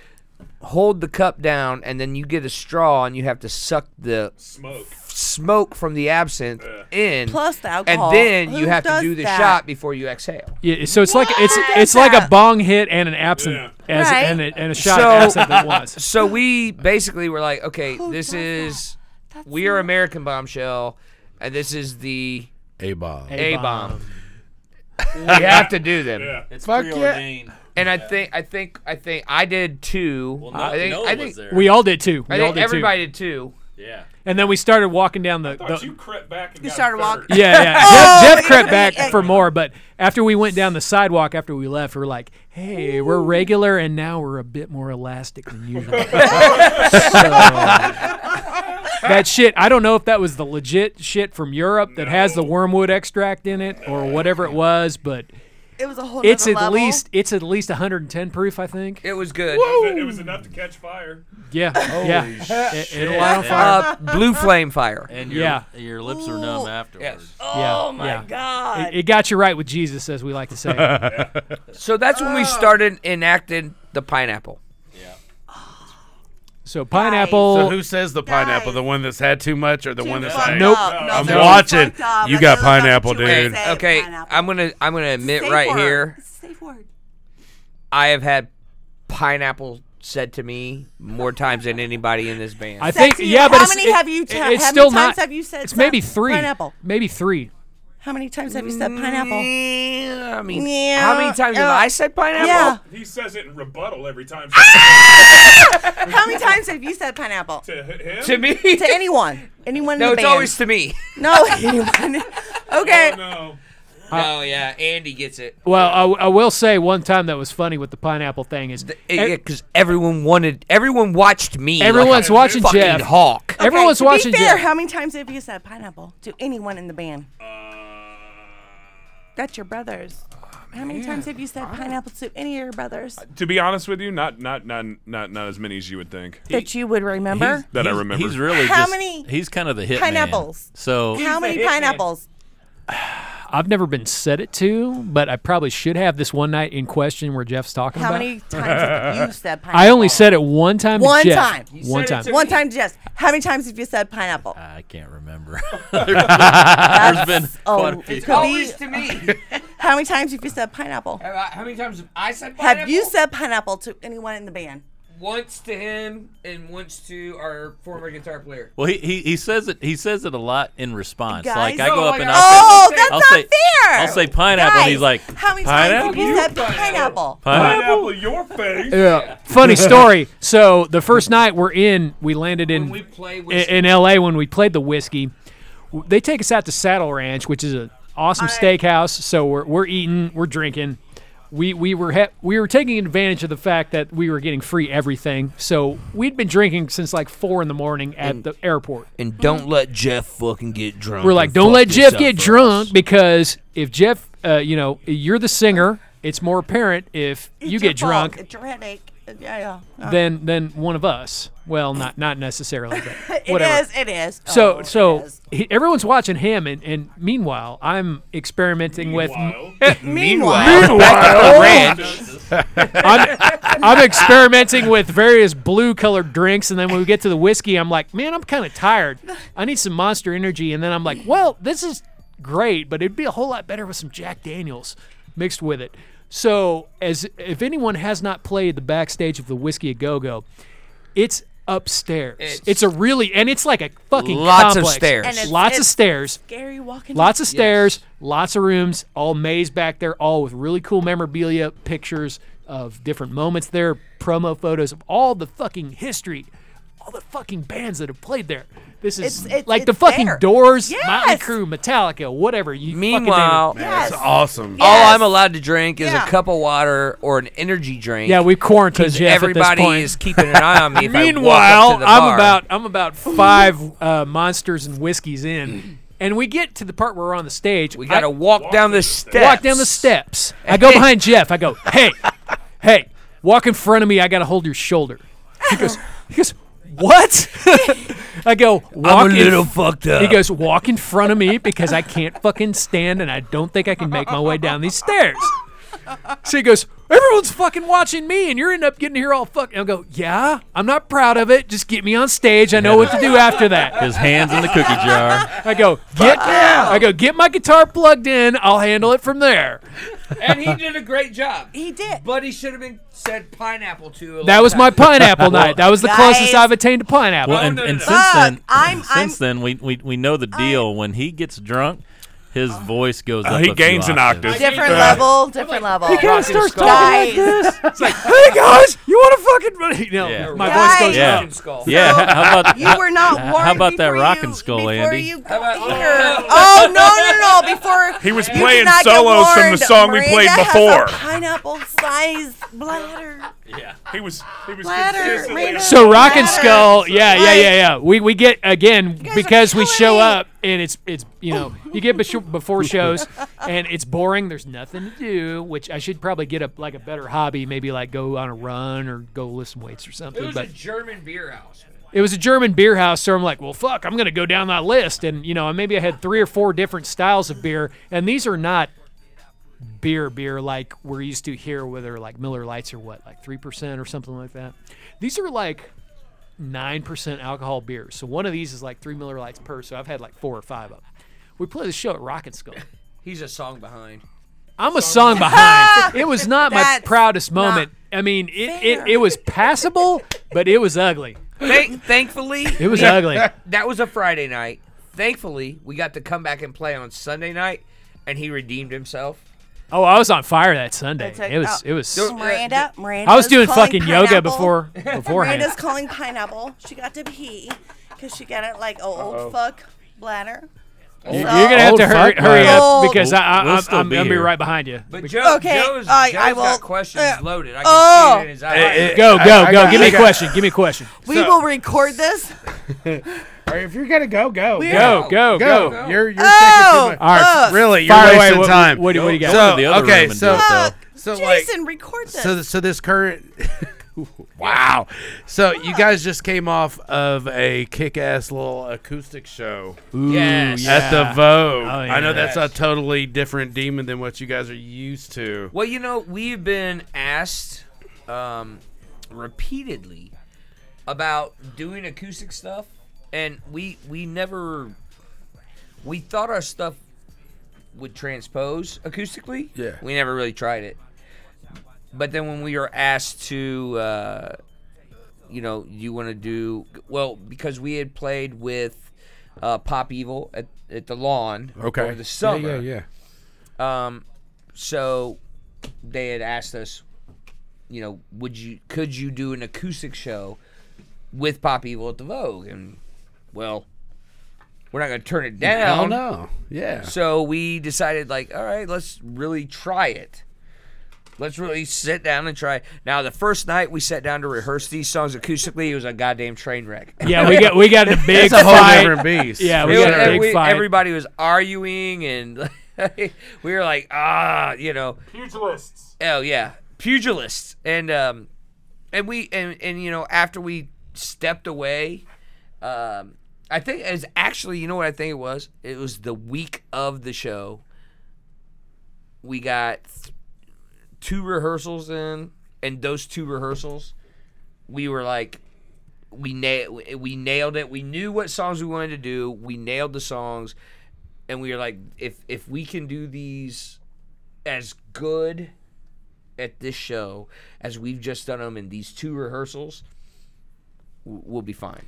hold the cup down, and then you get a straw and you have to suck the
Smoke.
smoke from the absinthe in.
Plus the alcohol.
and then you
Who
have to
does
do the
that?
shot before you exhale.
Yeah, so it's like it's
What?
it's like a bong hit and an absinthe
Yeah.
as
Right.
and, a, and a shot
So-
of absinthe at once.
So we basically were like, okay,
Who
this
does that?
is
That's
we are
not-
American bombshell, and this is the
A bomb.
A bomb. we have to do them.
It's
Fuck yeah.
preordained.
And I think I think I think I did too.
Well, no,
I think,
Noah
I
was
think,
there.
We all did too. We
I
all
think
did
everybody did too.
yeah.
too. And then we started walking down the.
Thought
the
you crept back and
You
got
started
third.
walking.
yeah, yeah.
Oh,
Jeff, Jeff
yeah,
crept
yeah,
back
yeah.
for more, but after we went down the sidewalk, after we left, we were like, "Hey, we're regular, and now we're a bit more elastic than usual." so, that shit. I don't know if that was the legit shit from Europe that has the wormwood extract in it or whatever it was, but
It was a whole.
it's
nother
at
level.
least it's at least 110 proof, I think.
It was good.
It was enough to catch fire.
Yeah, yeah. It, will light on
Yeah.
fire.
Uh, blue flame fire.
And your,
Yeah.
your lips are numb
Ooh.
afterwards.
yeah,
Oh my
yeah.
god.
It, it got you right with Jesus, as we like to say.
So that's when
Oh.
we started enacting the pineapple.
So pineapple.
So who says the pineapple?
Guys.
The one that's had too much, or the
Too
one that's
fucked
like,
Nope.
up.
I'm
they're all
watching.
fucked up.
You
I
got
know that's
pineapple,
what you were
dude.
saying,
Okay,
pineapple.
I'm gonna I'm gonna admit
Safe
right
word.
here,
It's a Safe word.
I have had pineapple said to me more times than anybody in this band.
I
Said
think
to you,
yeah, but
how
it's,
many
it-
have you?
it-
ta-
it's
how
still
many times
not.
have you said
it's maybe
stuff-
three.
Pineapple.
Maybe three.
How many times have you said pineapple?
Mm, Yeah, I mean,
Yeah,
how many times have
uh,
I said pineapple?
Yeah.
He says it in rebuttal every time.
How many times have you said pineapple
to him.
To me,
to anyone? Anyone in
no,
the
it's
band?
always to me.
no anyone. Okay.
Oh, no.
Oh yeah, Andy gets it.
Well, I, w- I will say one time that was funny with the pineapple thing is e, ev-
Yeah, because everyone wanted, everyone watched me. like a
Everyone's watching
fucking
Jeff.
Hawk.
Okay,
everyone's
to
watching
Be fair,
Jeff.
how many times have you said pineapple to anyone in the band? That's your brothers.
Oh,
How many times have you said pineapple to any of your brothers
To be honest with you, not not not not not as many as you would think.
that you would remember?
That I
He's-
remember.
He's really
How
just-
many
He's kind of the hit
pineapples?
So
How many pineapples?
I've never been said it to, but I probably should have this one night in question where Jeff's talking
How
about.
many times have you said
I
pineapple?
only said it one time. to
One
Jeff.
time.
One time.
One time to Jess. How many times have you said pineapple?
I can't remember.
There's
been quite a few.
It could
Always
be-
to me.
How many times have you said pineapple?
Have I- how many times have I said
Have you
pineapple?
said pineapple to anyone in the band?
once to him and once to our former guitar player.
Well, he, he, he says it he says it a lot in response.
Guys?
like I
No,
go up
like
and
I-
I'll
Oh,
say,
that's
I'll
not
say,
fair.
I'll say pineapple, and
Guys,
he's like,
how many
pineapple?
times have you said pineapple?
Uh, Pineapple, your face.
Yeah. Funny story. So the first night we're in, we landed in in L.A. when we played the whiskey. w- They take us out to Saddle Ranch, which is an awesome steakhouse. So we're, we're eating, we're drinking. We we were ha- we were taking advantage of the fact that we were getting free everything. So we'd been drinking since like four in the morning at the airport.
And don't let Jeff fucking get drunk.
We're like,
and
don't
fuck
let
this
Jeff
up
get
for
drunk because if Jeff, uh, you know, you're the singer, it's more apparent if you
It's
get
your fault.
drunk
It's your headache. Yeah, yeah.
than than one of us. Well, not not necessarily, but
Uh, It
whatever.
is, it is.
So
Oh, it
so He, everyone's watching him, and, and meanwhile, I'm experimenting with
Meanwhile.
Oh,
back
Meanwhile.
at the ranch. I'm, I'm experimenting with various blue colored drinks, and then when we get to the whiskey, I'm like, man, I'm kind of tired. I need some Monster Energy, and then I'm like, well, this is great, but it'd be a whole lot better with some Jack Daniels mixed with it. So, as if anyone has not played the backstage of the Whiskey a Go Go, it's upstairs. It's, a really and it's like a fucking
Lots of
complex.
stairs.
And it's-
lots of
it's
stairs.
scary walking
Lots of
up.
stairs. Lots of rooms. All maze back there. All with really cool memorabilia, pictures of different moments there, promo photos of all the fucking history, all the fucking bands that have played there. This is
It's- it's-
like the
it's
fucking
there.
Doors, Motley
Yes.
Crew, Metallica, whatever. You
Meanwhile,
fucking name it. Oh,
All I'm allowed to drink is
Yeah.
a cup of water or an energy drink.
Yeah, we've quarantined
'cause
Jeff at this
everybody
point.
is keeping an eye on me. if I walk up to
Meanwhile,
the
I'm
bar.
about I'm about five uh, monsters and whiskeys in, and we get to the part where we're on the stage. We
gotta walk down the steps.
Walk down the steps. I go behind Jeff. I go, hey, hey, walk in front of me. I gotta hold your shoulder. He goes, he goes, what? I go, walk
I'm a
in-
little fucked up.
He goes, walk in front of me because I can't fucking stand and I don't think I can make my way down these stairs. So he goes, everyone's fucking watching me, and you're ending up getting here all fucking. I'll go, yeah, I'm not proud of it. Just get me on stage. I know what to do after that.
His hands in the cookie jar.
I go, get I go, get my guitar plugged in. I'll handle it from there.
And he did a great job.
He did.
But he should have been said pineapple to. A
That was my pineapple
Well,
night. That was the
guys.
closest I've attained to pineapple.
Well, and, and since then, since then, we, we we know the deal. when he gets drunk, his voice goes
Oh,
Uh,
up.
he
a few
gains an
octaves.
octave.
Different level, different level.
He kinda starts talking like
this.
It's like, hey guys, you want to fucking? You know, my voice goes
yeah.
up.
Yeah,
So,
how about
you were not
how,
warned
about that rocking skull, Andy?
You go here. Oh no, no, no! Before
He was
you did
playing
not get
solos from the
warned.
song we played
Miranda has a
before.
Pineapple sized bladder.
Yeah. He was he was
Bladder,
consistently
Raymond.
So rock and
Matters.
skull, yeah, yeah, yeah, yeah. We we get again because we show up and it's it's you know you get besho- before shows and it's boring. There's nothing to do, which I should probably get a like a better hobby, maybe like go on a run or go lift some weights or
It
something.
was
But
a German beer house.
it was a German beer house, so I'm like, well, fuck, I'm gonna go down that list, and you know maybe I had three or four different styles of beer, and these are not beer beer like we're used to here, whether like Miller Lights or what, like three percent or something like that. These are like nine percent alcohol beers. So one of these is like three Miller Lights per. So I've had like four or five of them. We play the show at Rock and Skull.
He's a song behind.
I'm a song behind. It was not my proudest moment. I mean, it, it, it was passable, but it was ugly.
Thank, thankfully,
It was
we-
ugly.
That was a Friday night. Thankfully, we got to come back and play on Sunday night, and he redeemed himself.
Oh, I was on fire that Sunday.
It's like,
it was
oh,
it was
Miranda. Miranda.
I was doing
calling
fucking yoga
pineapple.
before beforehand.
Miranda's calling pineapple. She got to pee because she got it like oh,
Uh-oh.
old fuck bladder.
You- You're gonna have to hurry, hurry up because I, I,
We'll
I'm,
still
I'm
be
gonna be
here.
right behind you.
But
Because-
Joe,
Okay,
Joe's,
I-
Joe's
I will-
got questions
uh,
loaded. I
oh.
can see it in his eyes.
go,
I-
go,
I
go!
got-
give me
I
a
got-
question. Give me a question.
We will record this.
Or if you're gonna go, go,
We
Go, go, go.
You're you're
Oh,
taking too much. All right,
fuck.
really, you're
Fire away,
wasting
what-
time.
what do- what do you got? Go
So,
to the other
okay,
room and
so
do it, though.
so like
Jason, record this.
so so this current Wow. So you guys just came off of a kick-ass little acoustic show.
Ooh, Yes.
At the
yeah.
Vogue.
Oh,
I know
yes.
that's a totally different demon than what you guys are used to.
Well, you know, we've been asked um, repeatedly about doing acoustic stuff, and we we never we thought our stuff would transpose acoustically.
Yeah.
we never really tried it. But then when we were asked to, uh, you know, you want to do well because we had played with uh, Pop Evil at, at the lawn
Okay.
over
Yeah,
the summer.
yeah, yeah.
Um, so they had asked us, you know, would you could you do an acoustic show with Pop Evil at the Vogue? And well, we're not going to turn it
Hell
down.
Oh, no. Yeah.
So we decided, like, all right, let's really try it. Let's really sit down and try. Now, the first night we sat down to rehearse these songs acoustically, it was a goddamn train wreck.
Yeah, we got- we got in a big That's a whole fight. different beast, Yeah,
It
we got
was-
in a big
we-
fight.
Everybody was arguing, and we were like, ah, you know,
Pugilists.
Oh yeah, pugilists, and um, and we and and you know after we stepped away, um, I think it was actually you know what I think it was. It was the week of the show. We got th- two rehearsals in, and those two rehearsals, we were like, we nailed we nailed it. We knew what songs we wanted to do. We nailed the songs, and we were like, if if we can do these as good at this show as we've just done them in these two rehearsals, w- we'll be fine.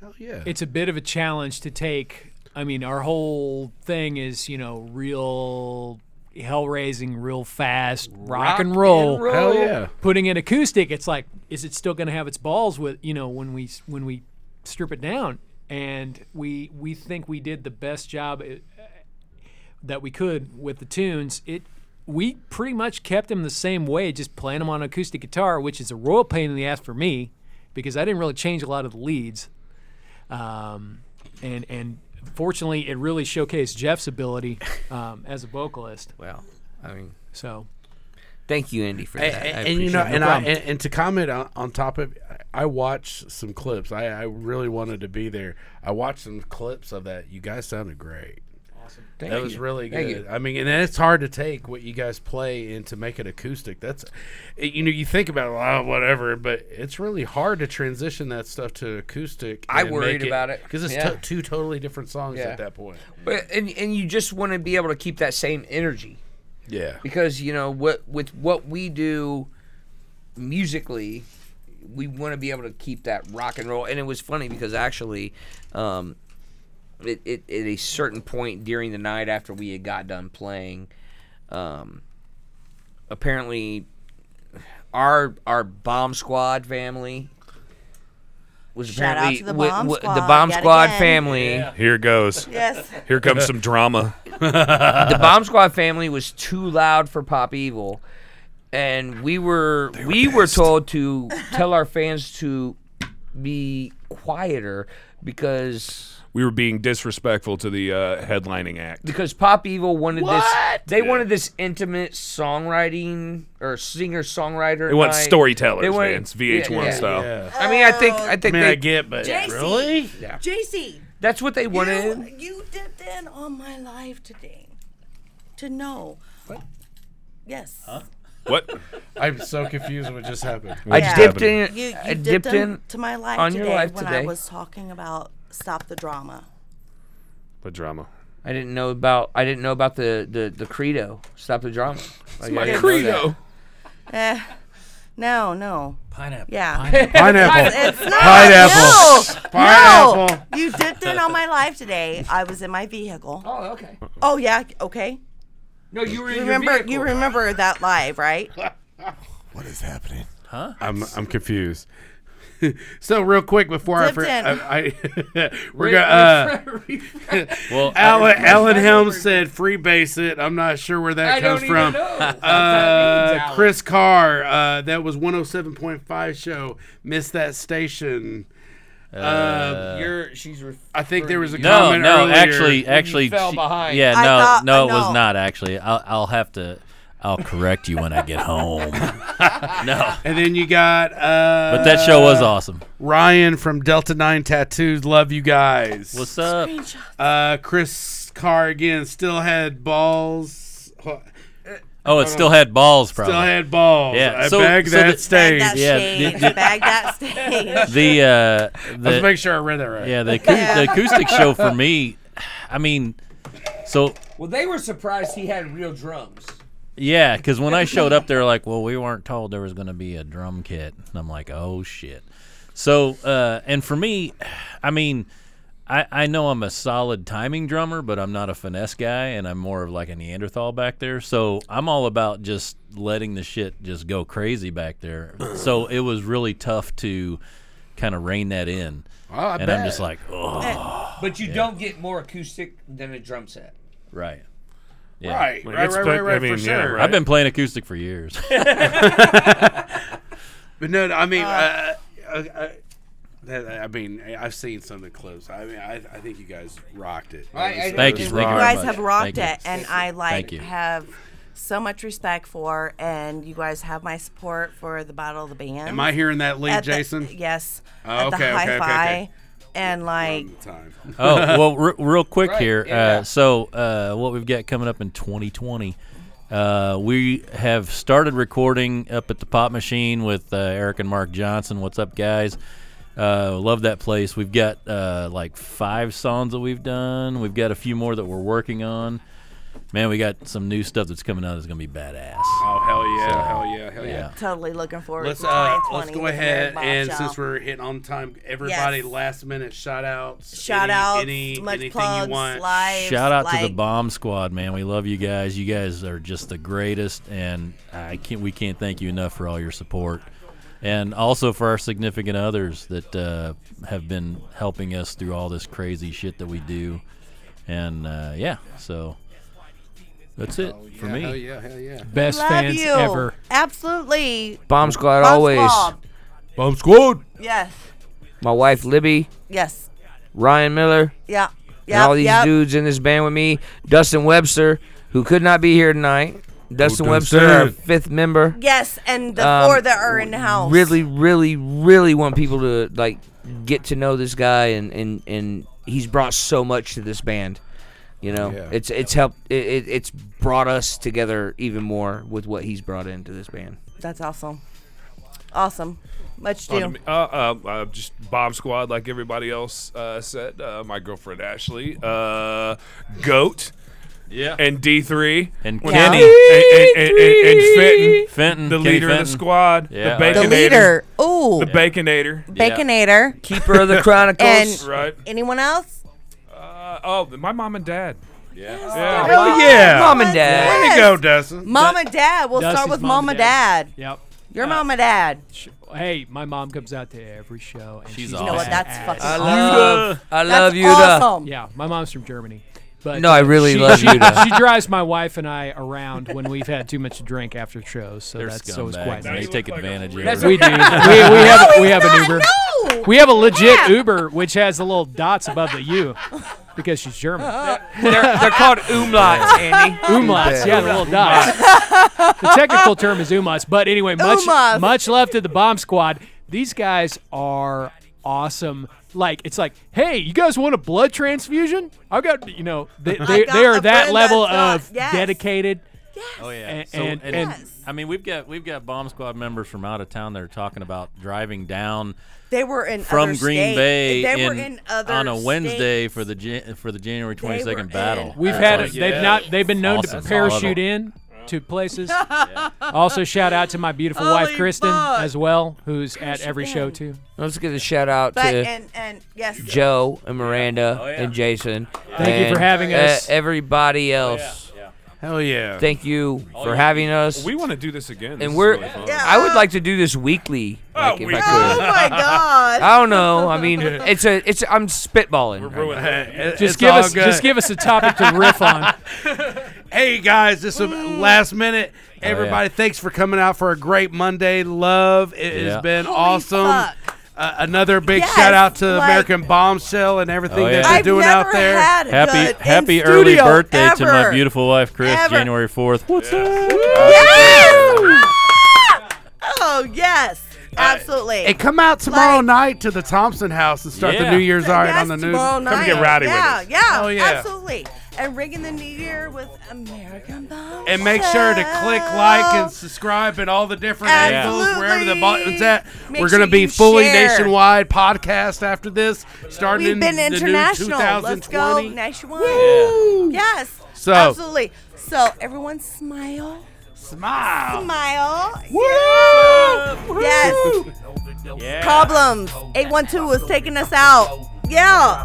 Hell yeah.
It's a bit of a challenge to take. I mean, our whole thing is, you know, real hell raising, real fast, rock,
Rock
and roll.
and roll. Hell yeah.
Putting in acoustic, it's like, is it still going to have its balls with, you know, when we when we strip it down? And we we think we did the best job uh, that we could with the tunes. It we pretty much kept them the same way, just playing them on acoustic guitar, which is a royal pain in the ass for me because I didn't really change a lot of the leads. Um, and and fortunately, it really showcased Jeff's ability um, as a vocalist.
Well, I mean,
so
thank you, Andy, for
And,
that. I
and- and you know,
appreciate it.
and,
No
I,
problem.
and, and to comment on, on top of, I watched some clips. I, I really wanted to be there. I watched some clips of that. You guys sounded great. Awesome.
Thank
that was
you.
really
Thank
good.
you.
I mean, and it's hard to take what you guys play and to make it acoustic. That's, you know, you think about it, oh, whatever, but it's really hard to transition that stuff to acoustic.
I
and
worried
make
about it.
because it's
Yeah.
to- two totally different songs
Yeah.
at that point.
But and and you just want to be able to keep that same energy.
Yeah.
Because you know what with what we do musically, we want to be able to keep that rock and roll. And it was funny because actually, um, it, it at a certain point during the night after we had got done playing, um, apparently our our bomb squad family. Was
Shout out
apparently
to the
wi-
Bomb
wi- the
Squad
bomb
yet
squad
again.
family.
Yeah.
Here goes.
Yes.
Here comes some drama.
the bomb squad family was too loud for Pop Evil, and we were, we were told to tell our fans to be quieter because
We were being disrespectful to the uh, headlining act.
because Pop Evil wanted this. They wanted this intimate songwriting or singer songwriter.
They want
night.
storytellers,
They
man. It's VH1 style. Yeah.
I mean, I think I think
I mean,
they
I get, but
JC,
really,
Yeah.
JC,
that's what they wanted.
you, you dipped in on my life today to know. Yes.
What?
I'm so confused. What just happened?
I dipped in.
You, you
I
dipped,
dipped
in
in
to my life
on your
today
life
when I
today.
was talking about stop the drama.
The drama.
I didn't know about. I didn't know about the the, the credo. Stop the drama. Like, I
my
didn't know that.
Eh,
credo.
no, no.
Pineapple.
Yeah.
Pineapple.
Pineapple.
It's not.
Pineapple.
No.
Pineapple.
No. You dipped in on my life today. I was in my vehicle.
Oh, okay.
Oh yeah. Okay.
No, you were in your
remember.
vehicle.
you remember that live, right?
What is happening?
Huh?
I'm I'm confused. so real quick before I,
Dipped
for,
in.
I, I we're
Re-
gonna uh,
refresh-
Well,
Alan,
I-
Alan Helms said free base it. I'm not sure where that
I
comes
don't
from.
even know what that means,
Uh,
Alan.
Chris Carr, uh, that was 107.5 show. Missed that station. Uh,
Uh,
You're. She's. Ref-
I think there was a
No,
comment
no,
earlier.
actually, actually,
fell
she-
behind.
yeah,
I
no,
thought-
no, it was
no.
not actually. I'll, I'll have to. I'll correct you when I get home. no.
And then you got. Uh,
But that show was awesome.
Ryan from Delta 9 Tattoos. Love you guys.
What's up?
Uh, Chris Carr again still had balls.
Oh, it still had balls, probably.
Still had balls.
Uh, Yeah.
I bag that stage. Bag that
Yeah.
stage.
The, the,
Bag that stage.
the, uh, the
Let's make sure I read that right.
Yeah, the, acou-
Yeah.
the acoustic show for me. I mean, so
Well, they were surprised he had real drums.
Yeah, because when I showed up, they're like, "Well, we weren't told there was going to be a drum kit," and I'm like, "Oh shit!" So, uh, and for me, I mean, I I know I'm a solid timing drummer, but I'm not a finesse guy, and I'm more of like a Neanderthal back there. So I'm all about just letting the shit just go crazy back there. so it was really tough to kind of rein that in,
Oh, I
and I'm
bet.
just like, "Oh,
But you
yeah.
don't get more acoustic than a drum set.
right." Yeah.
Right, Like, right, it's right, right,
I right, for mean, yeah, sure. right.
I've been playing acoustic for years.
But no, no, I mean, uh, uh, uh, that, I mean, I've seen something close. I mean, I, I think you guys rocked it.
I- I-
It was- it
Thank you.
was
Thank you
rocked.
very
guys
much.
have rocked
Thank you.
it, and
Thank you.
I like
Thank you.
have so much respect for, and you guys have my support for the Battle of the Bands.
Am I hearing that lead,
At the-
Jason?
yes.
Oh,
at the
okay, okay, okay,
hi-fi,
okay.
And like,
oh well, re- real quick here.
yeah.
Uh, so uh, what we've got coming up in 2020, uh, we have started recording up at the Pop Machine with uh, Eric and Mark Johnson. What's up, guys? Uh, love that place. We've got uh, like five songs that we've done. We've got a few more that we're working on. Man, we got some new stuff that's coming out that's gonna be badass.
Oh hell yeah!
So,
hell yeah! Hell yeah!
Totally looking forward
Let's
to
uh,
2020
let's go
with Mary
ahead
Bob,
and
y'all.
since we're hitting on time, everybody,
Yes.
last minute shout outs,
Shout
any,
outs,
any,
much
anything
plugs,
you want.
lives,
Shout out to
like-
the Bomb Squad, man. We love you guys. You guys are just the greatest, and I can't. We can't thank you enough for all your support, and also for our significant others that uh, have been helping us through all this crazy shit that we do. And uh, yeah, so that's it for me.
Hell yeah! Hell yeah!
Best
Love
fans
you.
ever.
Absolutely.
Bomb squad
Bomb
always.
Squad.
Bomb squad.
Yes.
My wife Libby,
Yes.
Ryan Miller,
Yeah.
and
Yeah.
all these
yep.
dudes in this band with me. Dustin Webster, who could not be here tonight. Dustin
Dustin.
Webster, our fifth member.
Yes, and the
Um,
four that are in the house.
Really, really, really want people to like get to know this guy, and and and he's brought so much to this band. You know,
Yeah.
it's it's helped. It, it, it's brought us together even more with what he's brought into this band.
That's awesome. Awesome. Much
On to
do.
me. Uh, uh, uh, just Bomb Squad, like everybody else uh, said. Uh, my girlfriend Ashley, uh, Goat,
yeah,
and D three,
And
When-
Kenny.
and, and, and, and, and Fenton,
Fenton,
the
Mm, Kenny
leader of
Fenton.
the squad, the
Yeah,
Baconator,
I like
uh, The leader. Ooh.
the Baconator,
Baconator.
Keeper of the Chronicles.
And
right?
anyone else?
Uh, oh, my mom and dad. Yeah, yeah.
Oh,
Mom.
Mom and Dad.
Yes.
There you go, Dustin.
Mom and dad. We'll
Dusty's
start with mom and dad.
Yep.
Your
Uh,
mom and dad.
Hey, my mom comes out to every show. And
She's
she's
awesome. You know what,
that's
badass.
fucking
I love, I love
That's
you.
awesome.
Yeah, my mom's from Germany. But
No, I really
she,
love
she,
Yuta.
She drives my wife and I around when we've had too much to drink after shows, so
They're
that's always
scumbags.
quite
man. They
nice.
take advantage of
That's
everybody.
we do. We, we have we have an Uber.
Oh, No.
We have a legit Uber which has the little dots above the U because she's German.
They're, they're called umlauts, Andy.
Umlauts, yeah, the little dots. the technical term is umlauts, but anyway, much
Umlauts.
much love to the bomb squad. These guys are awesome. Like it's like, hey, you guys want a blood transfusion? I got you know they they,
got
they are
a
that
friend
level
that's
of
got- yes.
dedicated.
Oh yeah,
And-
so,
and-
and,
and-
I mean we've got we've got bomb squad members from out of town that are talking about driving down
They were in
from
other
Green
state-
Bay
They
in,
were in other
on a Wednesday
states.
for the Jan- for the January
They were
22nd
in-
battle.
We've
That's
had
like-
they've not they've been known
Awesome.
to
Awesome.
parachute in to places. Also, shout out to my beautiful wife
Holy
Kristen
fuck.
as well, who's at every
in.
show too.
Let's give a shout out
But
to
and and yes.
Joe and Miranda
Oh, yeah.
and Jason.
Thank you
and,
for having
uh,
us.
everybody else,
Hell yeah!
thank you
Oh,
for
yeah.
having us.
We want to do this again. This
and
is
we're.
really fun.
Yeah.
I would like to do this weekly, like, if
weekly.
I
Oh
could.
my god.
I don't know. I mean, it's a, it's. I'm spitballing.
We're
right
ruining
now.
it.
It-
Just
it's
give
all
us
good.
just give us a topic to riff on.
Hey guys, this is last minute.
Oh,
Everybody, thanks for coming out for a great Monday. Love, it
Yeah.
has been
Holy
awesome.
fuck.
Uh, another big
Yes,
shout out to
like-
American Bombshell and everything
Oh,
that
yeah.
they're
I've
doing
never
out there.
had
Happy happy early birthday to my beautiful wife Chris,
Ever.
January fourth. What's up?
Yes! oh yes, absolutely.
And come out tomorrow night to the Thompson House and start
Yeah.
the New Year's Eye
Yes,
on the news.
tomorrow night. yeah, Yeah,
Oh, yeah.
absolutely. And ringing the new year with American Bombshell.
And make sure to click like and subscribe at all the different angles wherever the button's at.
Make
We're gonna
sure
be
you
fully
share.
nationwide podcast after this, starting
We've
in
been
the new
international. Let's go
2020.
nationwide.
Woo!
Yes,
So-
absolutely. So everyone smile.
Smile.
Smile.
Woo!
Yes. Problems. 812 was taking us out. Yeah.